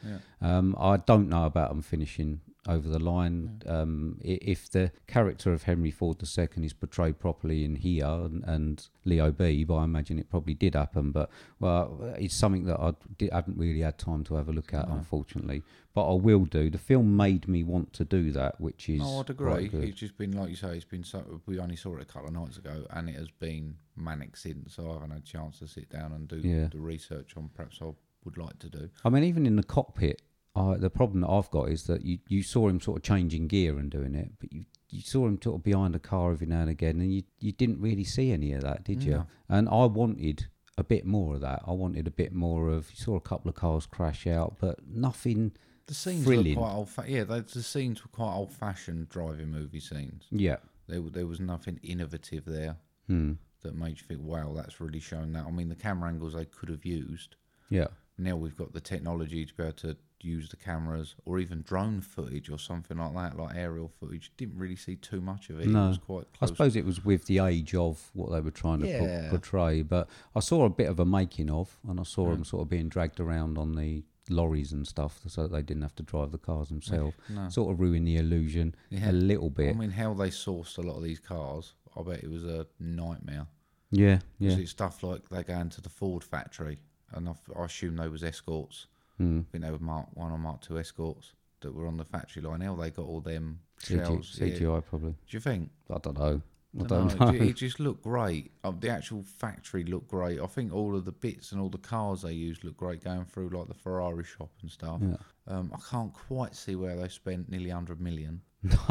Um, I don't know about him finishing over the line. Um, i- if the character of Henry Ford II is portrayed properly in here and, and Leo B, but I imagine it probably did happen. But well, it's something that I di- haven't really had time to have a look at, unfortunately. But I will do. The film made me want to do that, which is No, Oh, I'd quite agree. good. It's just been like you say. It's been so. We only saw it a couple of nights ago, and it has been manic since. So I haven't had a chance to sit down and do Yeah. the research on. Perhaps I would like to do. I mean, even in the cockpit, I the problem that I've got is that you, you saw him sort of changing gear and doing it, but you, you saw him sort of behind a car every now and again, and you, you didn't really see any of that, did you? And I wanted a bit more of that. I wanted a bit more of, you saw a couple of cars crash out, but nothing The scenes thrilling. were quite old. Fa- yeah, they, the scenes were quite old-fashioned driving movie scenes. yeah. There, w- there was nothing innovative there Hmm. that made you think, "Wow, that's really showing that." I mean, the camera angles they could have used. Yeah. Now we've got the technology to be able to use the cameras or even drone footage or something like that, like aerial footage. Didn't really see too much of it. It No. was quite I close. suppose it was with the age of what they were trying to por- Yeah. portray, but I saw a bit of a making of, and I saw them sort of being dragged around on the lorries and stuff, so that they didn't have to drive the cars themselves. Sort of ruin the illusion Yeah. a little I bit. mean, how they sourced a lot of these cars, I bet it was a nightmare. yeah, Because yeah, it's stuff like they go into the Ford factory, and I, I assume they was escorts. mm. I think they were Mark One or Mark Two escorts that were on the factory line. How they got all them CG, shells? yeah. CGI probably. Do you think? I don't know. I Dunno, don't know. It, ju- it <laughs> just looked great. Um, the actual factory looked great. I think all of the bits and all the cars they used looked great going through like the Ferrari shop and stuff. Yeah. <laughs> Um, I can't quite see where they spent nearly 100 million, No,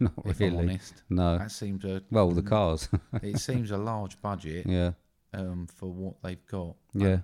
not if I'm really. honest. <laughs> No. That seems a <laughs> Well, the cars. <laughs> it seems a large budget yeah, um, for what they've got. yeah.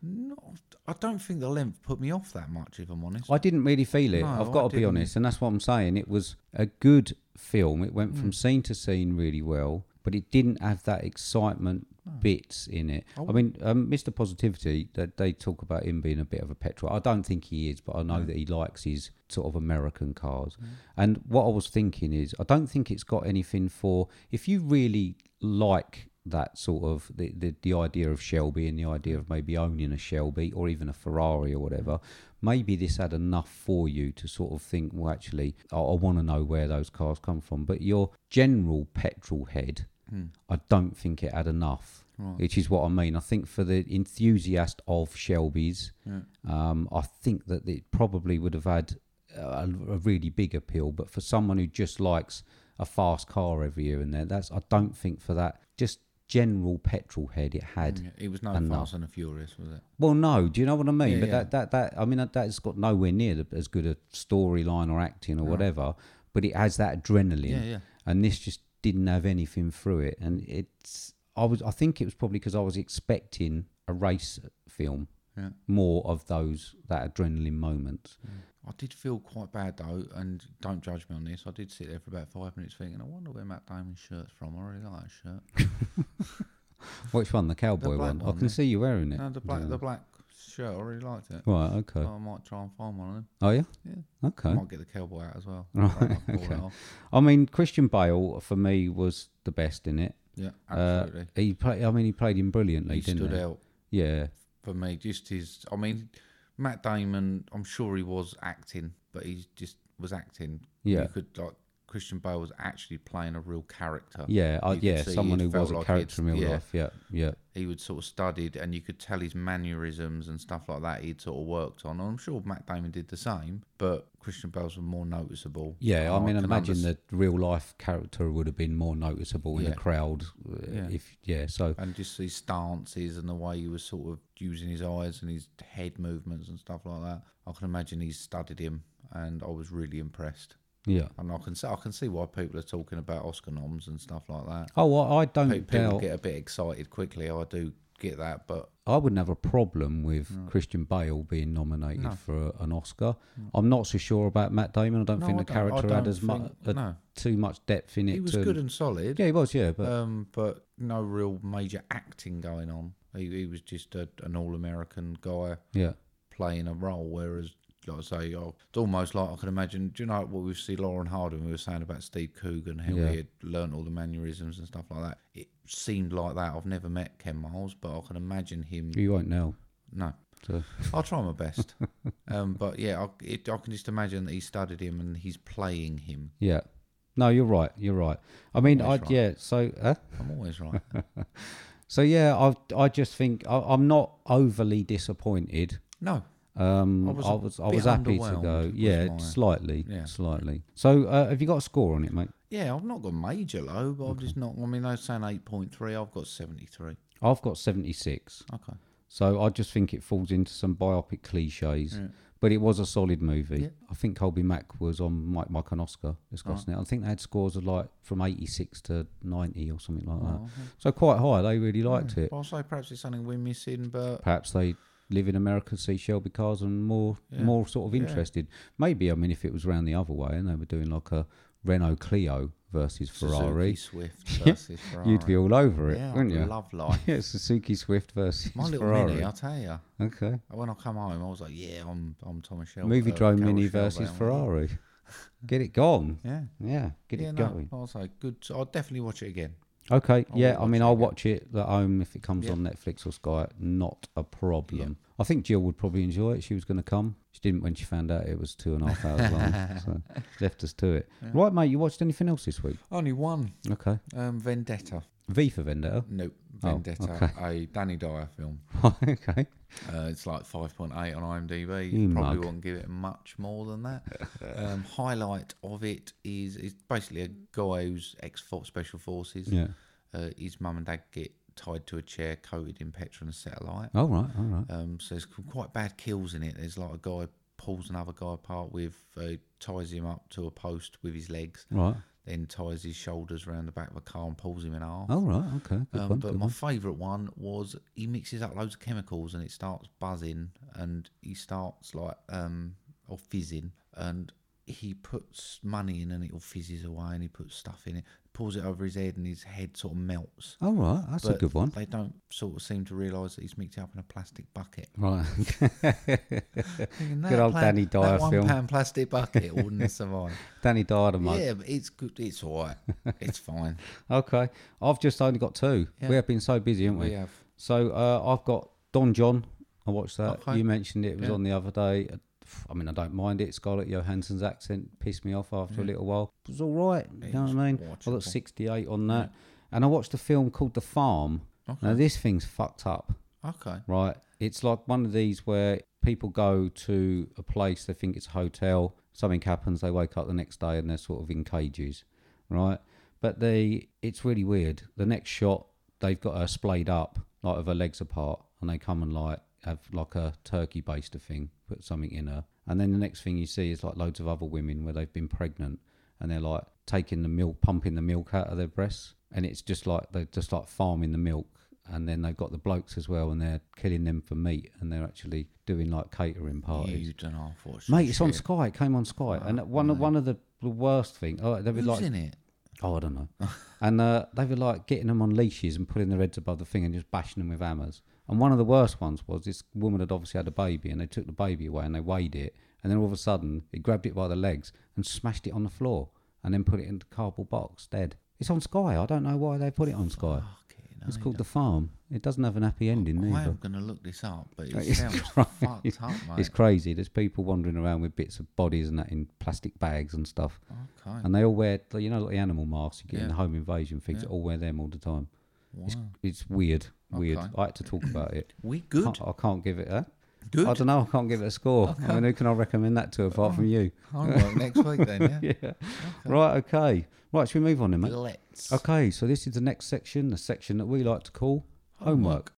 Not, I don't think the length put me off that much, if I'm honest. I didn't really feel it. No, I've I got to be didn't. honest, and that's what I'm saying. It was a good film. It went Hmm. from scene to scene really well, but it didn't have that excitement bits in it. I mean, um, Mr. Positivity, that they talk about him being a bit of a petrol. I don't think he is, but I know that he likes his sort of American cars. And what I was thinking is, I don't think it's got anything for if you really like that sort of the, the the idea of Shelby and the idea of maybe owning a Shelby or even a Ferrari or whatever. Maybe this had enough for you to sort of think, well, actually, I, I want to know where those cars come from. But your general petrol head, Hmm. I don't think it had enough. Which is what I mean. I think for the enthusiast of Shelby's, um, I think that it probably would have had a, a really big appeal. But for someone who just likes a fast car every year and there, that's I don't think for that just general petrol head it had. Yeah, Mm, it was no enough. Fast and the Furious, was it? Well, no, do you know what I mean? Yeah, but yeah. that that that I mean that, that's got nowhere near the, as good a storyline or acting or whatever. But it has that adrenaline, Yeah, yeah. and this just didn't have anything through it. And it's I was I think it was probably because I was expecting a race film. Yeah. More of those that <laughs> adrenaline moments. I did feel quite bad though, and don't judge me on this. I did sit there for about five minutes thinking, I wonder where Matt Damon's shirt's from. I really like that shirt. Which one? The cowboy black one. one, I can yeah. see you wearing it. No, the black, Yeah. the black shirt. I really liked it. Right. Okay. So I might try and find one of them. Oh yeah. Yeah. Okay. I might get the cowboy out as well. <laughs> Right, Right, okay. I mean, Christian Bale for me was the best in it. Yeah, Uh, absolutely. he play, I mean, he played him brilliantly, he didn't stood he? out Yeah, for me. Just his. I mean, Matt Damon. I'm sure he was acting, but he just was acting. Yeah. You could like. Christian Bale was actually playing a real character. yeah, I, You could yeah. see Someone he'd who felt was a like character in he'd- real yeah, life. Yeah, yeah, he would sort of studied and you could tell his mannerisms and stuff like that he'd sort of worked on. And I'm sure Matt Damon did the same, but Christian Bale's were more noticeable. yeah. I And mean, Oh, can imagine unders- the real life character would have been more noticeable in Yeah. the crowd. uh, Yeah. Uh, If yeah, so And just his stances and the way he was sort of using his eyes and his head movements and stuff like that. I can imagine he studied him, and I was really impressed. yeah. And I can see, I can see why people are talking about Oscar noms and stuff like that. Oh, I, I don't Pe- People doubt. get a bit excited quickly. I do get that, but I wouldn't have a problem with Mm. Christian Bale being nominated for an Oscar. I'm not so sure about Matt Damon. I don't Mm. No, think I the don't- I character had don't as much think- no. too much depth in it. he was to- good and solid. yeah, he was. Yeah, but um, but no real major acting going on. He, he was just a, an all-American guy yeah. playing a role, whereas, like I say, oh, it's almost like I can imagine. Do you know what we see Lauren Harden? We were saying about Steve Coogan, how Yeah. he had learned all the mannerisms and stuff like that. It seemed like that. I've never met Ken Miles, but I can imagine him. You won't know. No, So. I'll try my <laughs> best. um, but yeah, I, it, I can just imagine that he studied him and he's playing him. Yeah. No, you're right. You're right. I mean, I Always right. yeah. So, uh, I'm always <laughs> right. so yeah. I I just think I, I'm not overly disappointed. no, Um, I I was was I a was, bit happy to underwhelmed go. was Yeah, my- slightly, Yeah. slightly. So, uh, have you got a score on it, mate? Yeah, I've not got major low, but I've just not. I mean, they're saying eight point three. I've got seventy three. I've got 76. Okay. So I just think it falls into some biopic cliches. But it was a solid movie. Yeah. I think Colby Mack was on Mike, Mike and Oscar discussing it. I think they had scores of like from 86 to 90 or something like Oh, that. So quite high. They really liked it. I'll say perhaps it's something we're missing, but perhaps they live in America, see Shelby cars, and more more sort of interested. Maybe I mean if it was round the other way and they were doing like a Renault Clio versus Ferrari. Suzuki <laughs> Swift versus Ferrari. You'd be all over it, yeah, wouldn't I you? Love life. <laughs> yeah, Suzuki Swift versus My little Ferrari. mini, I'll tell you. okay. When I come home, I was like, yeah, I'm I'm Thomas Shelby. uh, Movie drone Carol mini Shelby, versus I'm like, Ferrari. Get it gone. Yeah. Yeah, get Yeah, it no, going. I was like, good. I'll definitely watch it again. Okay, I yeah, will I mean, watch it I'll again. watch it at home if it comes Yeah. on Netflix or Sky. Not a problem. I think Jill would probably enjoy it. She was going to come. She didn't when she found out it was two and a half <laughs> hours long. So left us to it. Right, mate, you watched anything else this week? Only one. Okay. Um, Vendetta. V for <laughs> Vendetta. <laughs> Nope. Oh, Vendetta, a Danny Dyer film. okay. Uh, it's like 5.8 on IMDb. You Probably mug. wouldn't give it much more than that. <laughs> um, highlight of it is it's basically a guy who's ex special forces. Yeah. Uh, his mum and dad get tied to a chair, coated in petrol and set alight. All right, all right. Um, so there's quite bad kills in it. There's like a guy pulls another guy apart with uh, ties him up to a post with his legs, Right. then ties his shoulders around the back of a car and pulls him in half. All right, okay. Good Um, one, but good my one. favourite one was he mixes up loads of chemicals and it starts buzzing and he starts like um or fizzing and he puts money in and it all fizzes away and he puts stuff in it, pulls it over his head and his head sort of melts. All right, that's a But <laughs> good one. They don't sort of seem to realise that he's mixed it up in a plastic <laughs> bucket. Right. Thinking, Good "That old pla- Danny Dyer that one film. pound plastic <laughs> bucket wouldn't survive. <laughs> Danny Dyer, the mug. yeah, but it's good. It's all <laughs> right. It's fine. Okay. I've just only got two. Yeah. We have been so busy, haven't we? We have. So uh, I've got Don John. I watched that. Okay. You mentioned it, it was Yeah. on the other day. I mean, I don't mind it. Scarlett Johansson's accent pissed me off after a little while. It was all right. You know what I mean? I got watchable. 68 on that. And I watched a film called The Farm. Now, this thing's fucked up, Okay. right? It's like one of these where people go to a place, they think it's a hotel, something happens, they wake up the next day and they're sort of in cages, right? But they, it's really weird. The next shot, they've got her splayed up, like with her legs apart, and they come and like have like a turkey baster thing, put something in her. And then the next thing you see is like loads of other women where they've been pregnant and they're like taking the milk, pumping the milk out of their breasts. And it's just like they're just like farming the milk. And then they've got the blokes as well and they're killing them for meat and they're actually doing like catering parties. You don't know. I've watched Oh, Mate, this it's on shit. Sky. It came on Sky. and one, of one of the, the worst thing, oh, they were Who's like, in it? Oh, I don't know. <laughs> and uh, they were like getting them on leashes and putting their heads above the thing and just bashing them with hammers. And one of the worst ones was this woman had obviously had a baby and they took the baby away and they weighed it. And then all of a sudden, it grabbed it by the legs and smashed it on the floor and then put it in the cardboard box dead. It's on Sky. I don't know why they put it on Sky. it's called The Farm. It doesn't have an happy ending I <laughs> either. am going to look this up, but it <laughs> It's sounds cra- fucked up, mate. It's crazy. There's people wandering around with bits of bodies and that in plastic bags and stuff. okay. And they all wear, the- you know, like the animal masks you get in Yeah. the home invasion things. They all wear them all the time. It's, it's weird, weird. Okay. I had to talk about it. We <clears throat> good? Can't- I can't give it. Huh? Good. Oh. I don't know. I can't give it a score. I mean, who can I recommend that to apart from you? <laughs> Homework next week then, yeah? Right. Okay. Right. Should we move on, then, mate? Let's. Okay. So this is the next section, the section that we like to call homework.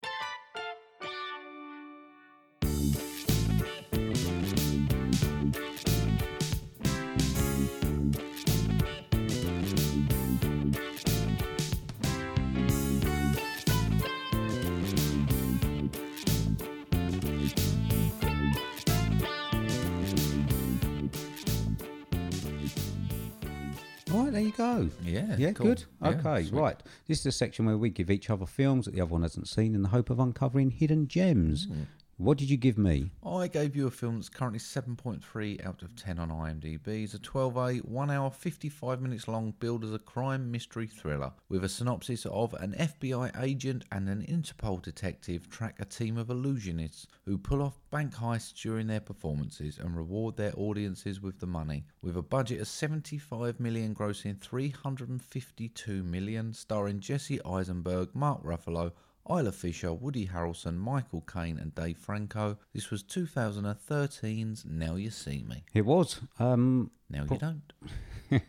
Right. There you go. Yeah, Yeah, cool. good. Yeah, okay, sweet. right. This is a section where we give each other films that the other one hasn't seen in the hope of uncovering hidden gems. Hmm. What did you give me? I gave you a film that's currently 7.3 out of 10 on IMDb. It's a 12A, 1 hour, 55 minutes long build as a crime mystery thriller with a synopsis of an FBI agent and an Interpol detective track a team of illusionists who pull off bank heists during their performances and reward their audiences with the money. With a budget of 75 million, grossing 352 million, starring Jesse Eisenberg, Mark Ruffalo, Isla Fisher, Woody Harrelson, Michael Caine, and Dave Franco. This was 2013's Now You See Me. It was. Um, <laughs> Now you don't.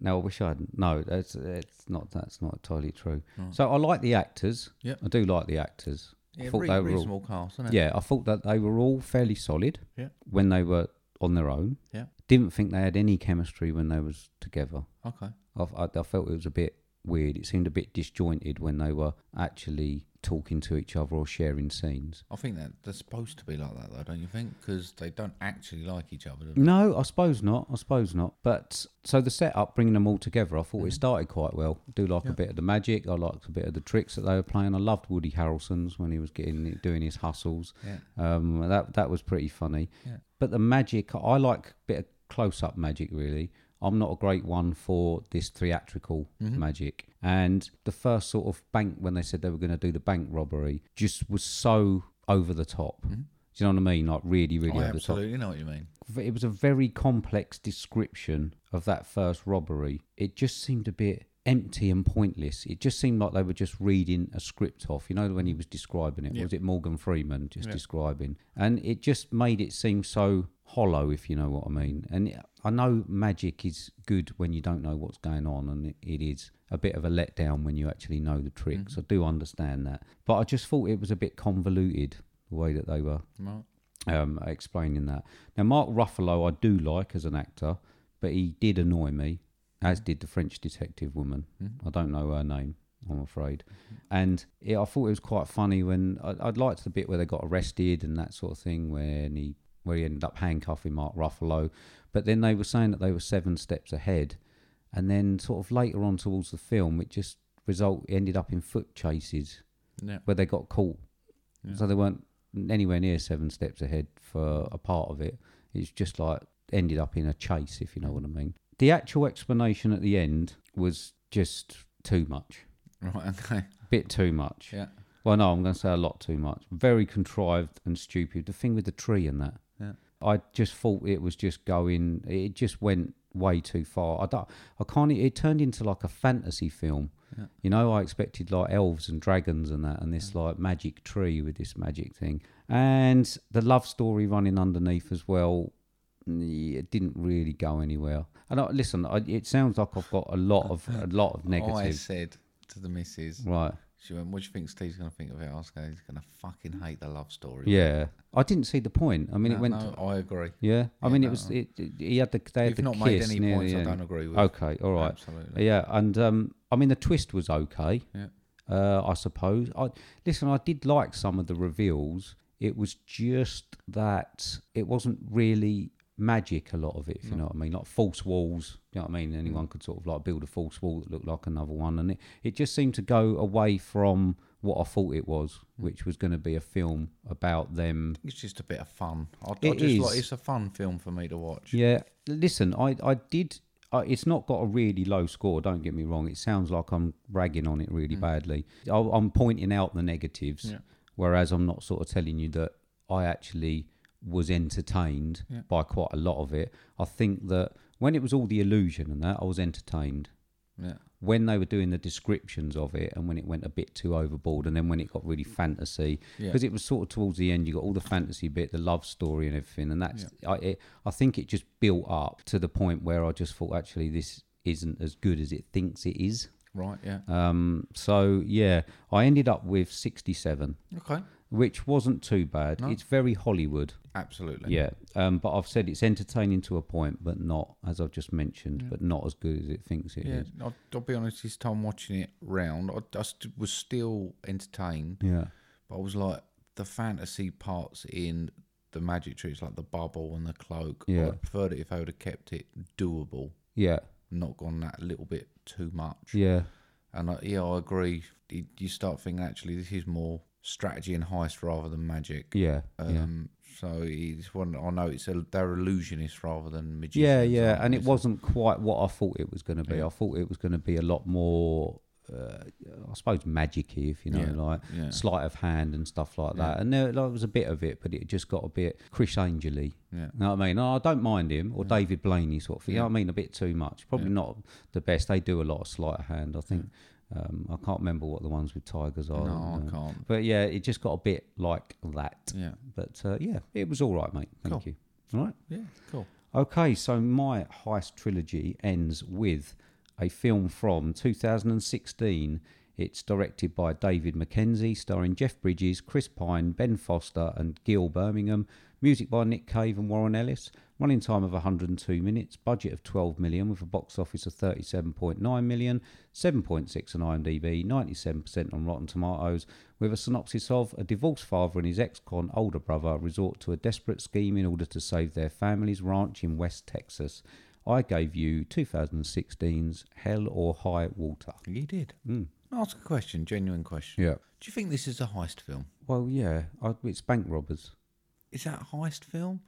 no, I wish I hadn't. No, that's it's not. That's not entirely true. So I like the actors. Hmm. Yep. I do like the actors. I Yeah, thought re- they were all, reasonable cast, isn't it? yeah, I thought that they were all fairly solid Yeah. when they were on their own. Yeah. Didn't think they had any chemistry when they was together. Okay. I, I, I felt it was a bit weird. It seemed a bit disjointed when they were actually talking to each other or sharing scenes. I think that they're supposed to be like that, though, don't you think? Because they don't actually like each other. Do they? No, I suppose not. I suppose not. But so the setup, bringing them all together, I Mm-hmm. thought it started quite well. I do like a bit of the magic. I liked a bit of the tricks that they were playing. I loved Woody Harrelson's when he was getting doing his hustles. Yeah. Um, that that was pretty funny. Yeah. But the magic, I like a bit of close up magic really. I'm not a great one for this theatrical Mm-hmm. magic. And the first sort of bank when they said they were going to do the bank robbery just was so over the top. Do you know what I mean? Like really, really I over the top Mm-hmm. Oh, absolutely know what you mean. it was a very complex description of that first robbery. It just seemed a bit empty and pointless. It just seemed like they were just reading a script off. You know, when he was describing it, was it Morgan Freeman just describing? And it just made it seem so hollow, if you know what I mean. And I know magic is good when you don't know what's going on, and it- it is a bit of a letdown when you actually know the tricks. I do understand that. But I just thought it was a bit convoluted the way that they were Right. um, explaining that. Now, Mark Ruffalo, I do like as an actor, but he did annoy me, as did the French detective woman. I don't know her name, I'm afraid. And it, I thought it was quite funny when I, I'd liked the bit where they got arrested and that sort of thing, when he where he ended up handcuffing Mark Ruffalo. But then they were saying that they were seven steps ahead, and then sort of later on towards the film, it just result ended up in foot chases Yeah. <laughs> where they got caught. So they weren't anywhere near seven steps ahead for a part of it. It's just like ended up in a chase, if you know what I mean. The actual explanation at the end was just too much. Right. Okay. Bit too much. Yeah. Well, no, I'm going to say a lot too much. Very contrived and stupid. The thing with the tree and that. Yeah. I just thought it was just going. It just went way too far. I don't. I can't. e, It turned into like a fantasy film. Yeah. You know, I expected like elves and dragons and that, and this like magic tree with this magic thing, and the love story running underneath as well. mm, It didn't really go anywhere. And I, listen, I, it sounds like I've got a lot of a <laughs> lot of Oh, I negatives. said to the missus, Right. she went, "What do you think Steve's going to think of it?" I was going, "He's going to fucking hate the love story." Yeah. I didn't see the point. I mean, No, it went. no, I agree. Yeah, I Yeah, mean, it no, was. I- It, it- he had the. They had You've the not made kiss any near the points I end. don't agree with. Okay, all right. Absolutely. Yeah, and um, I mean, the twist was okay. Yeah. Uh, I suppose. I listen. I did like some of the reveals. It was just that it wasn't really magic. A lot of it, Mm. if you know what I mean, like false walls. You know what I mean? Anyone could sort of like build a false wall that looked like another one, and it it just seemed to go away from what I thought it was, Mm. which was going to be a film about them It's just a bit of fun. I, I It just like is. it's a fun film for me to watch. Yeah, listen, I I did. I, it's not got a really low score. Don't get me wrong. It sounds like I'm ragging on it really badly. I, I'm pointing out the negatives, whereas I'm not sort of telling you that I actually was entertained by quite a lot of it. I think that when it was all the illusion and that, I was entertained. Yeah. When they were doing the descriptions of it, and when it went a bit too overboard, and then when it got really fantasy, Mm. Yeah. because it was sort of towards the end, you got all the fantasy bit, the love story, and everything, and that's I it, I think it just built up to the point where I just thought actually this isn't as good as it thinks it is. Right. Yeah. Um, so yeah, I ended up with sixty seven, okay. which wasn't too bad. It's very Hollywood. Absolutely. Yeah, um, but I've said it's entertaining to a point, but not as I've just mentioned, but not as good as it thinks it is. Yeah. I'll, I'll be honest. This time watching it round, I, I st- was still entertained, Yeah, but I was like the fantasy parts in the magic tricks, like the bubble and the cloak. I Yeah. would have preferred it if I would have kept it doable, yeah, not gone that little bit too much. yeah, And I, yeah, I agree. You- You start thinking actually this is more strategy and heist rather than magic. yeah, yeah. Um, So it's one. I know it's a, they're illusionists rather than magicians. Yeah, yeah, aren't and they? it So- wasn't quite what I thought it was going to be. I thought it was going to be a lot more, uh, I suppose, magicy, if you know, Yeah, like yeah. sleight of hand and stuff like that. And there, like, was a bit of it, but it just got a bit Chris Angely. Yeah. You know what I mean? I don't mind him or David Blaney sort of thing. You know what I mean? A bit too much. Probably not the best. They do a lot of sleight of hand, I think. Um, I can't remember what the ones with tigers are. No, Uh, I can't. But yeah, it just got a bit like that. Yeah. But uh, yeah, it was all right, mate. Thank Cool. you. All right. Yeah, cool. Okay, so my heist trilogy ends with a film from 2016. It's directed by David Mackenzie, starring Jeff Bridges, Chris Pine, Ben Foster, and Gil Birmingham, Music by Nick Cave and Warren Ellis. Running time of 102 minutes. Budget of 12 million with a box office of 37.9 million. 7.6 on IMDb. 97% on Rotten Tomatoes. With a synopsis of a divorced father and his ex-con older brother resort to a desperate scheme in order to save their family's ranch in West Texas. I gave you 2016's Hell or High Water. You did. Mm. Ask a question, genuine question. Yeah. Do you think this is a heist film? Well, yeah, I, it's bank robbers. Is that a heist film?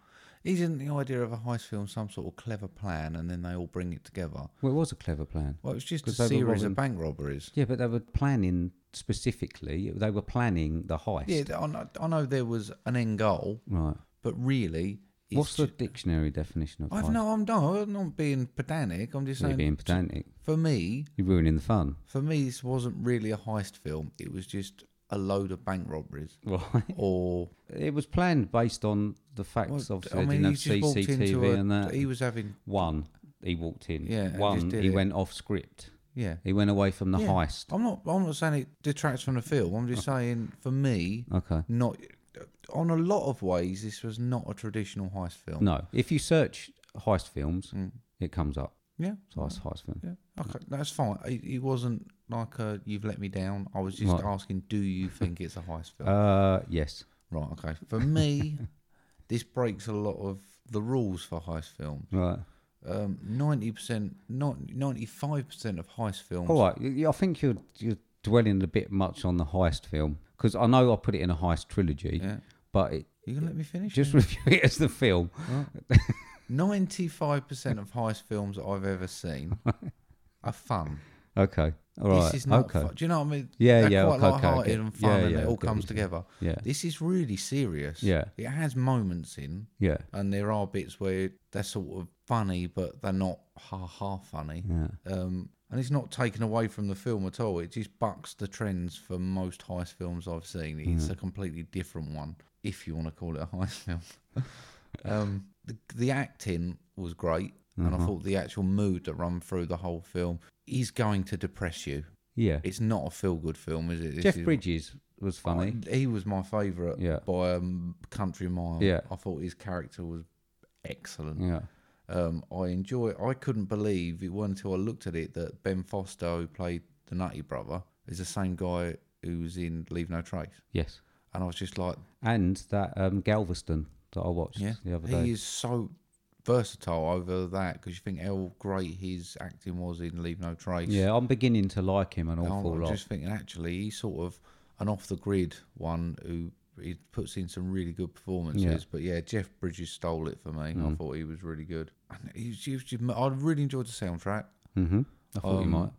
Isn't the idea of a heist film some sort of clever plan and then they all bring it together? Well, it was a clever plan. Well, it's just a 'Cause they were series of robbing- bank robberies. Yeah, but they were planning specifically. They were planning the heist. Yeah, I know, I know there was an end goal, Right. but really, it's What's the ju- dictionary definition of I've heist? no, I'm no, I'm not being pedantic. I'm just You're saying. being pedantic. For me, You're ruining <laughs> the fun. for me, this wasn't really a heist film. It was just a load of bank <laughs> robberies, Right. or It was planned based on the facts, Well, obviously. they didn't have CCTV a- and that. He was having, One, he walked in. Yeah, and just One, did he it. went off script. yeah. He went away from the Yeah. heist. Oh. I'm not. I'm not saying it detracts from the film. I'm just saying, for me, Okay. not on a lot of ways, this was not a traditional heist film. No. If you search heist films, Mm. it comes up. Yeah. It's heist, heist film. Yeah. Okay, that's fine. It, it wasn't like a, you've let me down. I was just Right. asking, do <laughs> you think it's a heist film? Uh, yes. right. Okay. For me, <laughs> this breaks a lot of the rules for heist films. Right. Um, ninety percent, ninety-five percent of heist films. All right, y- I think you're you're dwelling a bit much on the heist film because I know I put it in a heist trilogy, Yeah. but it, You gonna let me finish? just <laughs> review it as the film. Ninety-five percent of heist films that I've ever <laughs> seen are fun. Okay, all right, This is not okay, fun. Do you know what I mean? Yeah, They're yeah, Quite okay, okay, I lighthearted get- and fun, yeah, and yeah, I it all get what comes you're saying. together. Yeah. This is really serious. Yeah. It has moments in, yeah, and there are bits where they're sort of funny, but they're not ha ha funny. yeah, Um, and it's not taken away from the film at all. It just bucks the trends for most heist films I've seen. It's a completely different one, if you want to call it a heist film. <laughs> um, the, the acting was great, and I thought the actual mood that run through the whole film is going to depress you. yeah. It's not a feel good film, is it? This Jeff is- Bridges was funny. I- he was my favourite Yeah. by um, country mile. Yeah. Mm. I thought his character was excellent. yeah, Um, I enjoy. I couldn't believe it wasn't until I looked at it that Ben Foster, who played the Nutty Brother, is the same guy who's in Leave No Trace. yes, And I was just like, and that um, Galveston that I watched yeah, the other day. he is so versatile over that because you think how great his acting was in Leave No Trace. yeah, I'm beginning to like him an And awful Oh, I'm lot. just thinking actually he's sort of an off the grid one who he puts in some really good performances. Yeah. Mm. But yeah, Jeff Bridges stole it for me. I thought he was really good. And he was, he was just- I really enjoyed the soundtrack. hmm I thought you Um, might.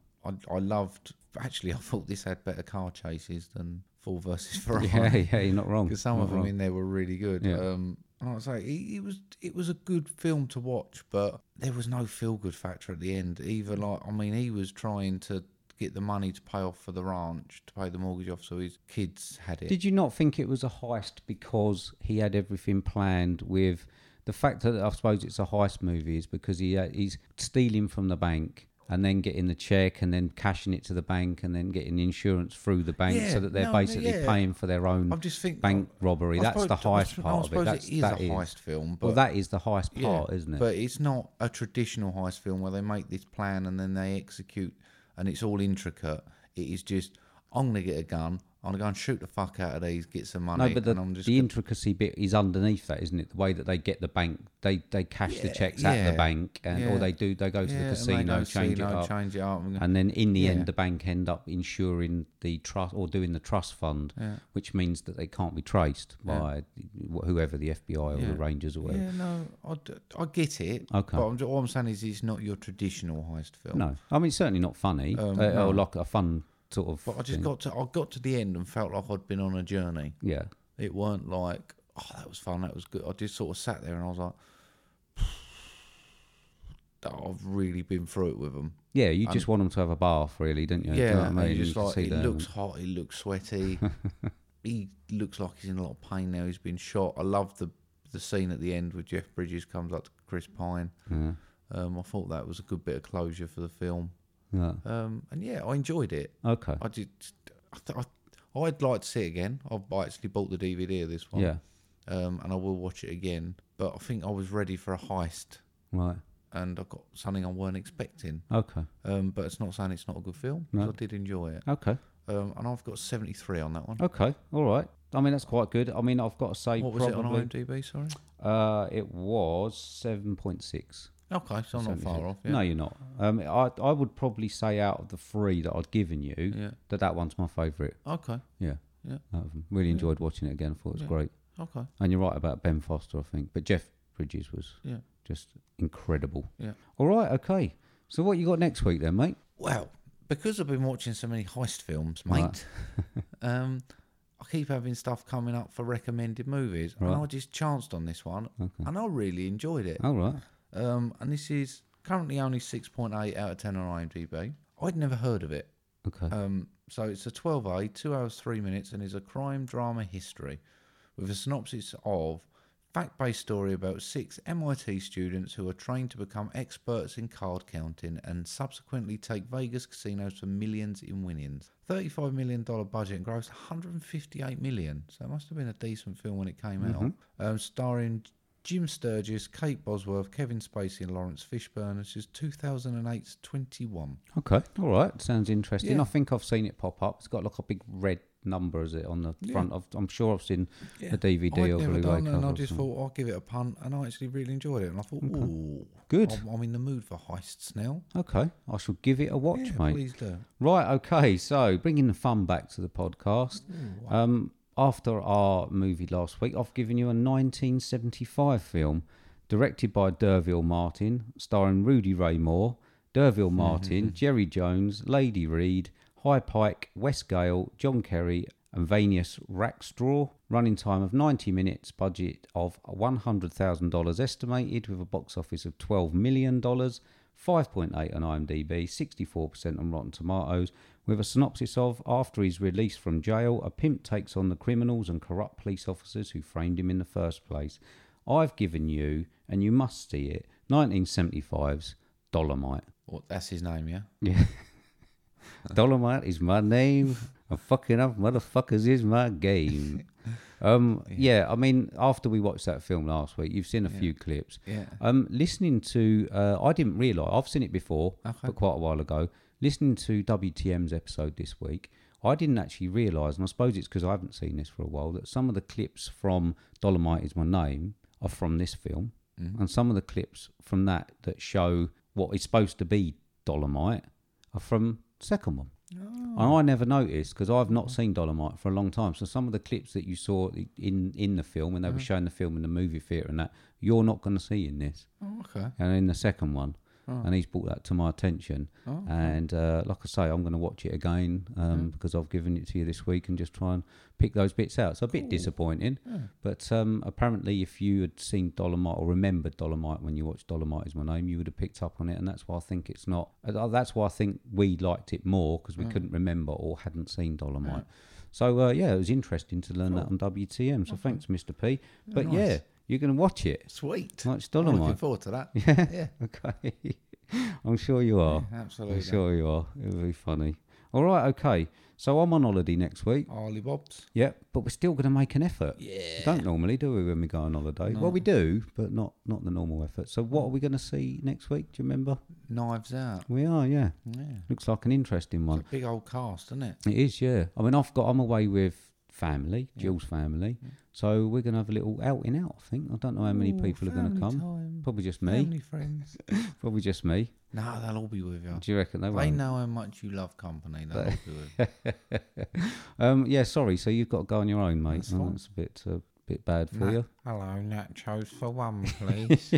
I, I loved. Actually, <laughs> I thought this had better car chases than Ford <laughs> versus Ferrari. <laughs> Yeah, yeah, you're <laughs> not wrong. Because some Not of them wrong. in there were really good. Yeah. Um, and I was like, it, it was it was a good film to watch, but there was no feel good factor at the end. Either like, I mean, he was trying to get the money to pay off for the ranch, to pay the mortgage off, so his kids had it. Did you not think it was a heist because he had everything planned with the fact that I suppose it's a heist movie is because he uh, he's stealing from the bank and then getting the check and then cashing it to the bank and then getting insurance through the bank Yeah, so that they're no, I mean, basically yeah. paying for their own I'm just thinking bank robbery. That's the heist part of it. That's, it is that a heist film, but well, that is the heist Yeah, part, isn't it? But it's not a traditional heist film where they make this plan and then they execute and it's all intricate. It is just, I'm going to get a gun, I'm going to go and shoot the fuck out of these, get some money, no, but the, and I'm just the gonna- intricacy bit is underneath that, isn't it? The way that they get the bank, they they cash the checks at yeah, the bank, and yeah. or they do they go to Yeah, the and they casino, go change it casino, up, change it up, and- and then in the Yeah. end, the bank end up insuring the trust or doing the trust fund, which means that they can't be traced by wh- whoever the FBI or the Rangers or whatever. Yeah, no, I, d- I get it. Okay. But I'm, ju- all I'm saying is it's not your traditional heist film. No, I mean it's certainly not funny Um, uh, no. or like a fun sort of. But I just thing. got to I got to the end and felt like I'd been on a journey. yeah. It weren't like, oh, that was fun, that was good. I just sort of sat there and I was like, "Oh, I've really been through it with them. Yeah, you just want them to have a bath, really, don't you? Do you know Yeah, what I and mean? you just can like see it them. looks hot, he looks <laughs> sweaty. he looks like he's in a lot of pain now. He's been shot. I love the the scene at the end where Jeff Bridges comes up to Chris Pine. Um, I thought that was a good bit of closure for the film. Yeah. Um, and yeah, I enjoyed it. Okay. I did. I th- I, I'd like to see it again. I've I actually bought the DVD of this one. Yeah. um, and I will watch it again. But I think I was ready for a heist, Right. and I got something I weren't expecting. Okay. Um, but it's not saying it's not a good film. 'cause No. I did enjoy it, Okay. um, and I've got seventy three on that one. Okay. All right. I mean, that's quite good. I mean, I've got to say, what was it probably, on IMDb? Sorry. Uh, it was seven point six. Okay, so I'm not far off. Yeah. No, you're not. Um, I I would probably say out of the three that I'd given you, Yeah. that that one's my favourite. Okay. Yeah. Yeah. Out of 'em. Really enjoyed watching it again. I thought it was great. Okay. And you're right about Ben Foster, I think. But Jeff Bridges was Yeah. just incredible. Yeah. All right. Okay. So what you got next week then, mate? Well, because I've been watching so many heist films, mate, <laughs> um, I keep having stuff coming up for recommended movies, and I just chanced on this one, and I really enjoyed it. All right. Um, and this is currently only 6.8 out of 10 on IMDb. I'd never heard of it. Okay. Um, so it's a 12A, 2 hours 3 minutes, and is a crime drama history with a synopsis of fact based story about six MIT students who are trained to become experts in card counting and subsequently take Vegas casinos for millions in winnings. $35 million budget and grossed $158 million. So it must have been a decent film when it came out. Um, starring Jim Sturgis, Kate Bosworth, Kevin Spacey, and Lawrence Fishburne. This is 2008's 21. Okay. All right. Sounds interesting. Yeah. I think I've seen it pop up. It's got like a big red number, is it, on the front? I've, I'm sure I've seen the DVD I'd or never Blu-ray done, cover. and I or just something. thought I'll give it a punt, and I actually really enjoyed it. And I thought, ooh, Good. I'm, I'm in the mood for heists now. Okay, I shall give it a watch, Yeah, mate. please do. Right, okay, so bringing the fun back to the podcast. um, after our movie last week, I've given you a 1975 film directed by Derville Martin, starring Rudy Ray Moore, Derville Martin, Jerry Jones, Lady Reed, High Pike, West Gale, John Kerry, and Vanius Rackstraw. Running time of 90 minutes, budget of $100,000 estimated, with a box office of $12 million. 5.8 on IMDb, 64% on Rotten Tomatoes, with a synopsis of After he's released from jail, a pimp takes on the criminals and corrupt police officers who framed him in the first place. I've given you, and you must see it, 1975's Dolomite. Well, that's his name, yeah. Yeah. <laughs> Dolomite is my name. I'm fucking up, motherfuckers is my <laughs> game. Um, yeah. I mean, after we watched that film last week, you've seen a few clips. Yeah. Um, listening to, uh, I didn't realise I've seen it before, but quite a while ago. Listening to WTM's episode this week, I didn't actually realise, and I suppose it's because I haven't seen this for a while, that some of the clips from Dolomite is my name are from this film, and some of the clips from that that show what is supposed to be Dolomite are from second one. And I never noticed because I've not seen Dolomite for a long time. So some of the clips that you saw i- in in the film when they were showing the film in the movie theater and that you're not going to see in this Oh, okay. and in the second one. And he's brought that to my attention. And uh, like I say, I'm going to watch it again um, because I've given it to you this week and just try and pick those bits out. It's a bit disappointing. But um, apparently, if you had seen Dolomite or remembered Dolomite when you watched Dolomite is My Name, you would have picked up on it. And that's why I think it's not. uh, That's why I think we liked it more because we couldn't remember or hadn't seen Dolomite. So uh, Mm. yeah, it was interesting to learn that on WTM. So thanks, Mr. P. But yeah, you're going to watch it. Sweet. Much I'm looking Dolomite. forward to that. Yeah. <laughs> Okay. I'm sure you are. absolutely. I'm sure you are. It'll be funny. All right. Okay. So I'm on holiday next week. Harley Bob's. Yep. But we're still going to make an effort. Yeah. don't normally, do we, when we go on holiday? Well, we do, but not not the normal effort. So what are we going to see next week? Do you remember? Knives Out. We are. Yeah. Yeah. Looks like an interesting one. Big old cast, isn't it? It is, yeah. I mean, I've got. I'm away with family, Jill's family. So we're gonna have a little outing out. I think. I don't know how many Ooh, people are gonna family come. time. Probably just me. Family <laughs> friends. Probably just me. no, they'll all be with you. Do you reckon they They won't? know how much you love company. They'll all be with you. Um, yeah, sorry. So you've got to go on your own, mate. That's, that's a bit a bit bad for you. Hello, nachos for <laughs> one, please.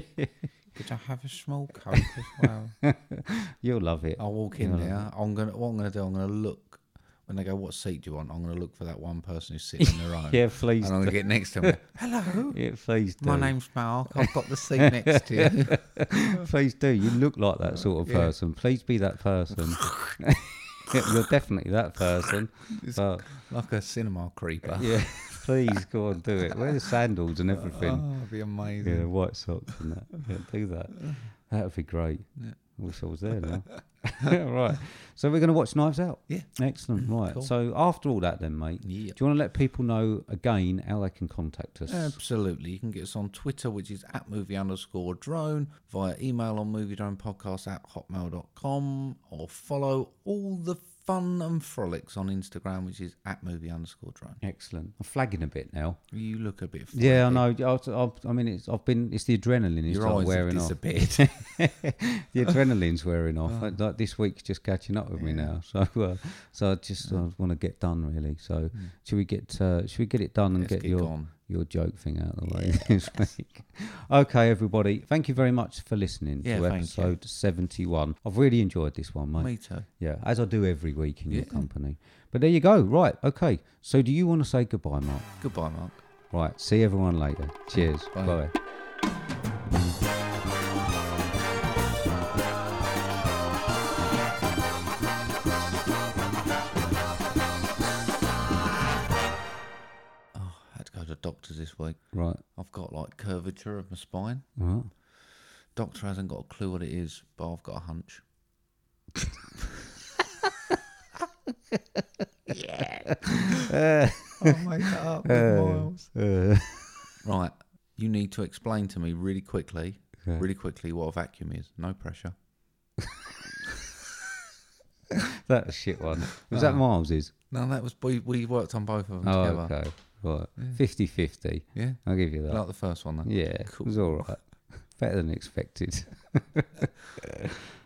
Could I have a small coke as well? You'll love it. I'll walk in there. I'm gonna. What I'm gonna do? I'm gonna look. When they go, what seat do you want? I'm gonna look for that one person who's sitting on their <laughs> own. Yeah, please. And I'm gonna get next to <laughs> him. Hello. Yeah, please do. My name's Mark. I've got the seat next to <laughs> you. please do. You look like that sort of person. Please be <laughs> that person. <laughs> Yeah, You're definitely that person. But like a cinema creeper. yeah, please go Uh, on, do it. Wear the sandals and everything. Oh, that'd be amazing. <laughs> Yeah, white socks and that. Yeah, do that. That would be great. I wish I was there now. <laughs> right. So we're going to watch Knives Out. Yeah. Excellent. Right. Cool. So after all that, then, mate, Yeah. do you want to let people know again how they can contact us? Absolutely. You can get us on Twitter, which is at movie underscore drone, via email on movie drone podcast at hotmail.com, or follow all the fun and frolics on Instagram, which is at movie underscore drone. Excellent. I'm flagging a bit now. You look a bit. Yeah, I flabby. know. I, I, I mean, it's I've been. It's the adrenaline. It's Your like eyes have wearing off. <laughs> disappeared. the adrenaline's wearing off. Like, like this week's just catching up with me now. So, uh, so I just uh, want to get done really. So, should we get uh, should we get it done and Let's get, get your gone. your joke thing out of the way <laughs> this week? Okay, everybody. Thank you very much for listening Yeah, to thank you. episode seventy one. I've really enjoyed this one, mate. Me too. Yeah, as I do every week in your company. But there you go. Right. Okay. So, do you want to say goodbye, Mark? Goodbye, Mark. Right. See everyone later. Cheers. Bye. Bye. Oh, I had to go to the doctor this week. Right. I've got like curvature of my spine. Right. Doctor hasn't got a clue what it is, but I've got a hunch. <laughs> Uh, Right. You need to explain to me really quickly, Okay. really quickly, what a vacuum is. No pressure. <laughs> That shit one. Was that Miles's? No, that was we, we worked on both of them Oh, together. okay. Right. 50 50. Yeah, I'll give you that. like the first one. Though. yeah. It was all right. Better than expected.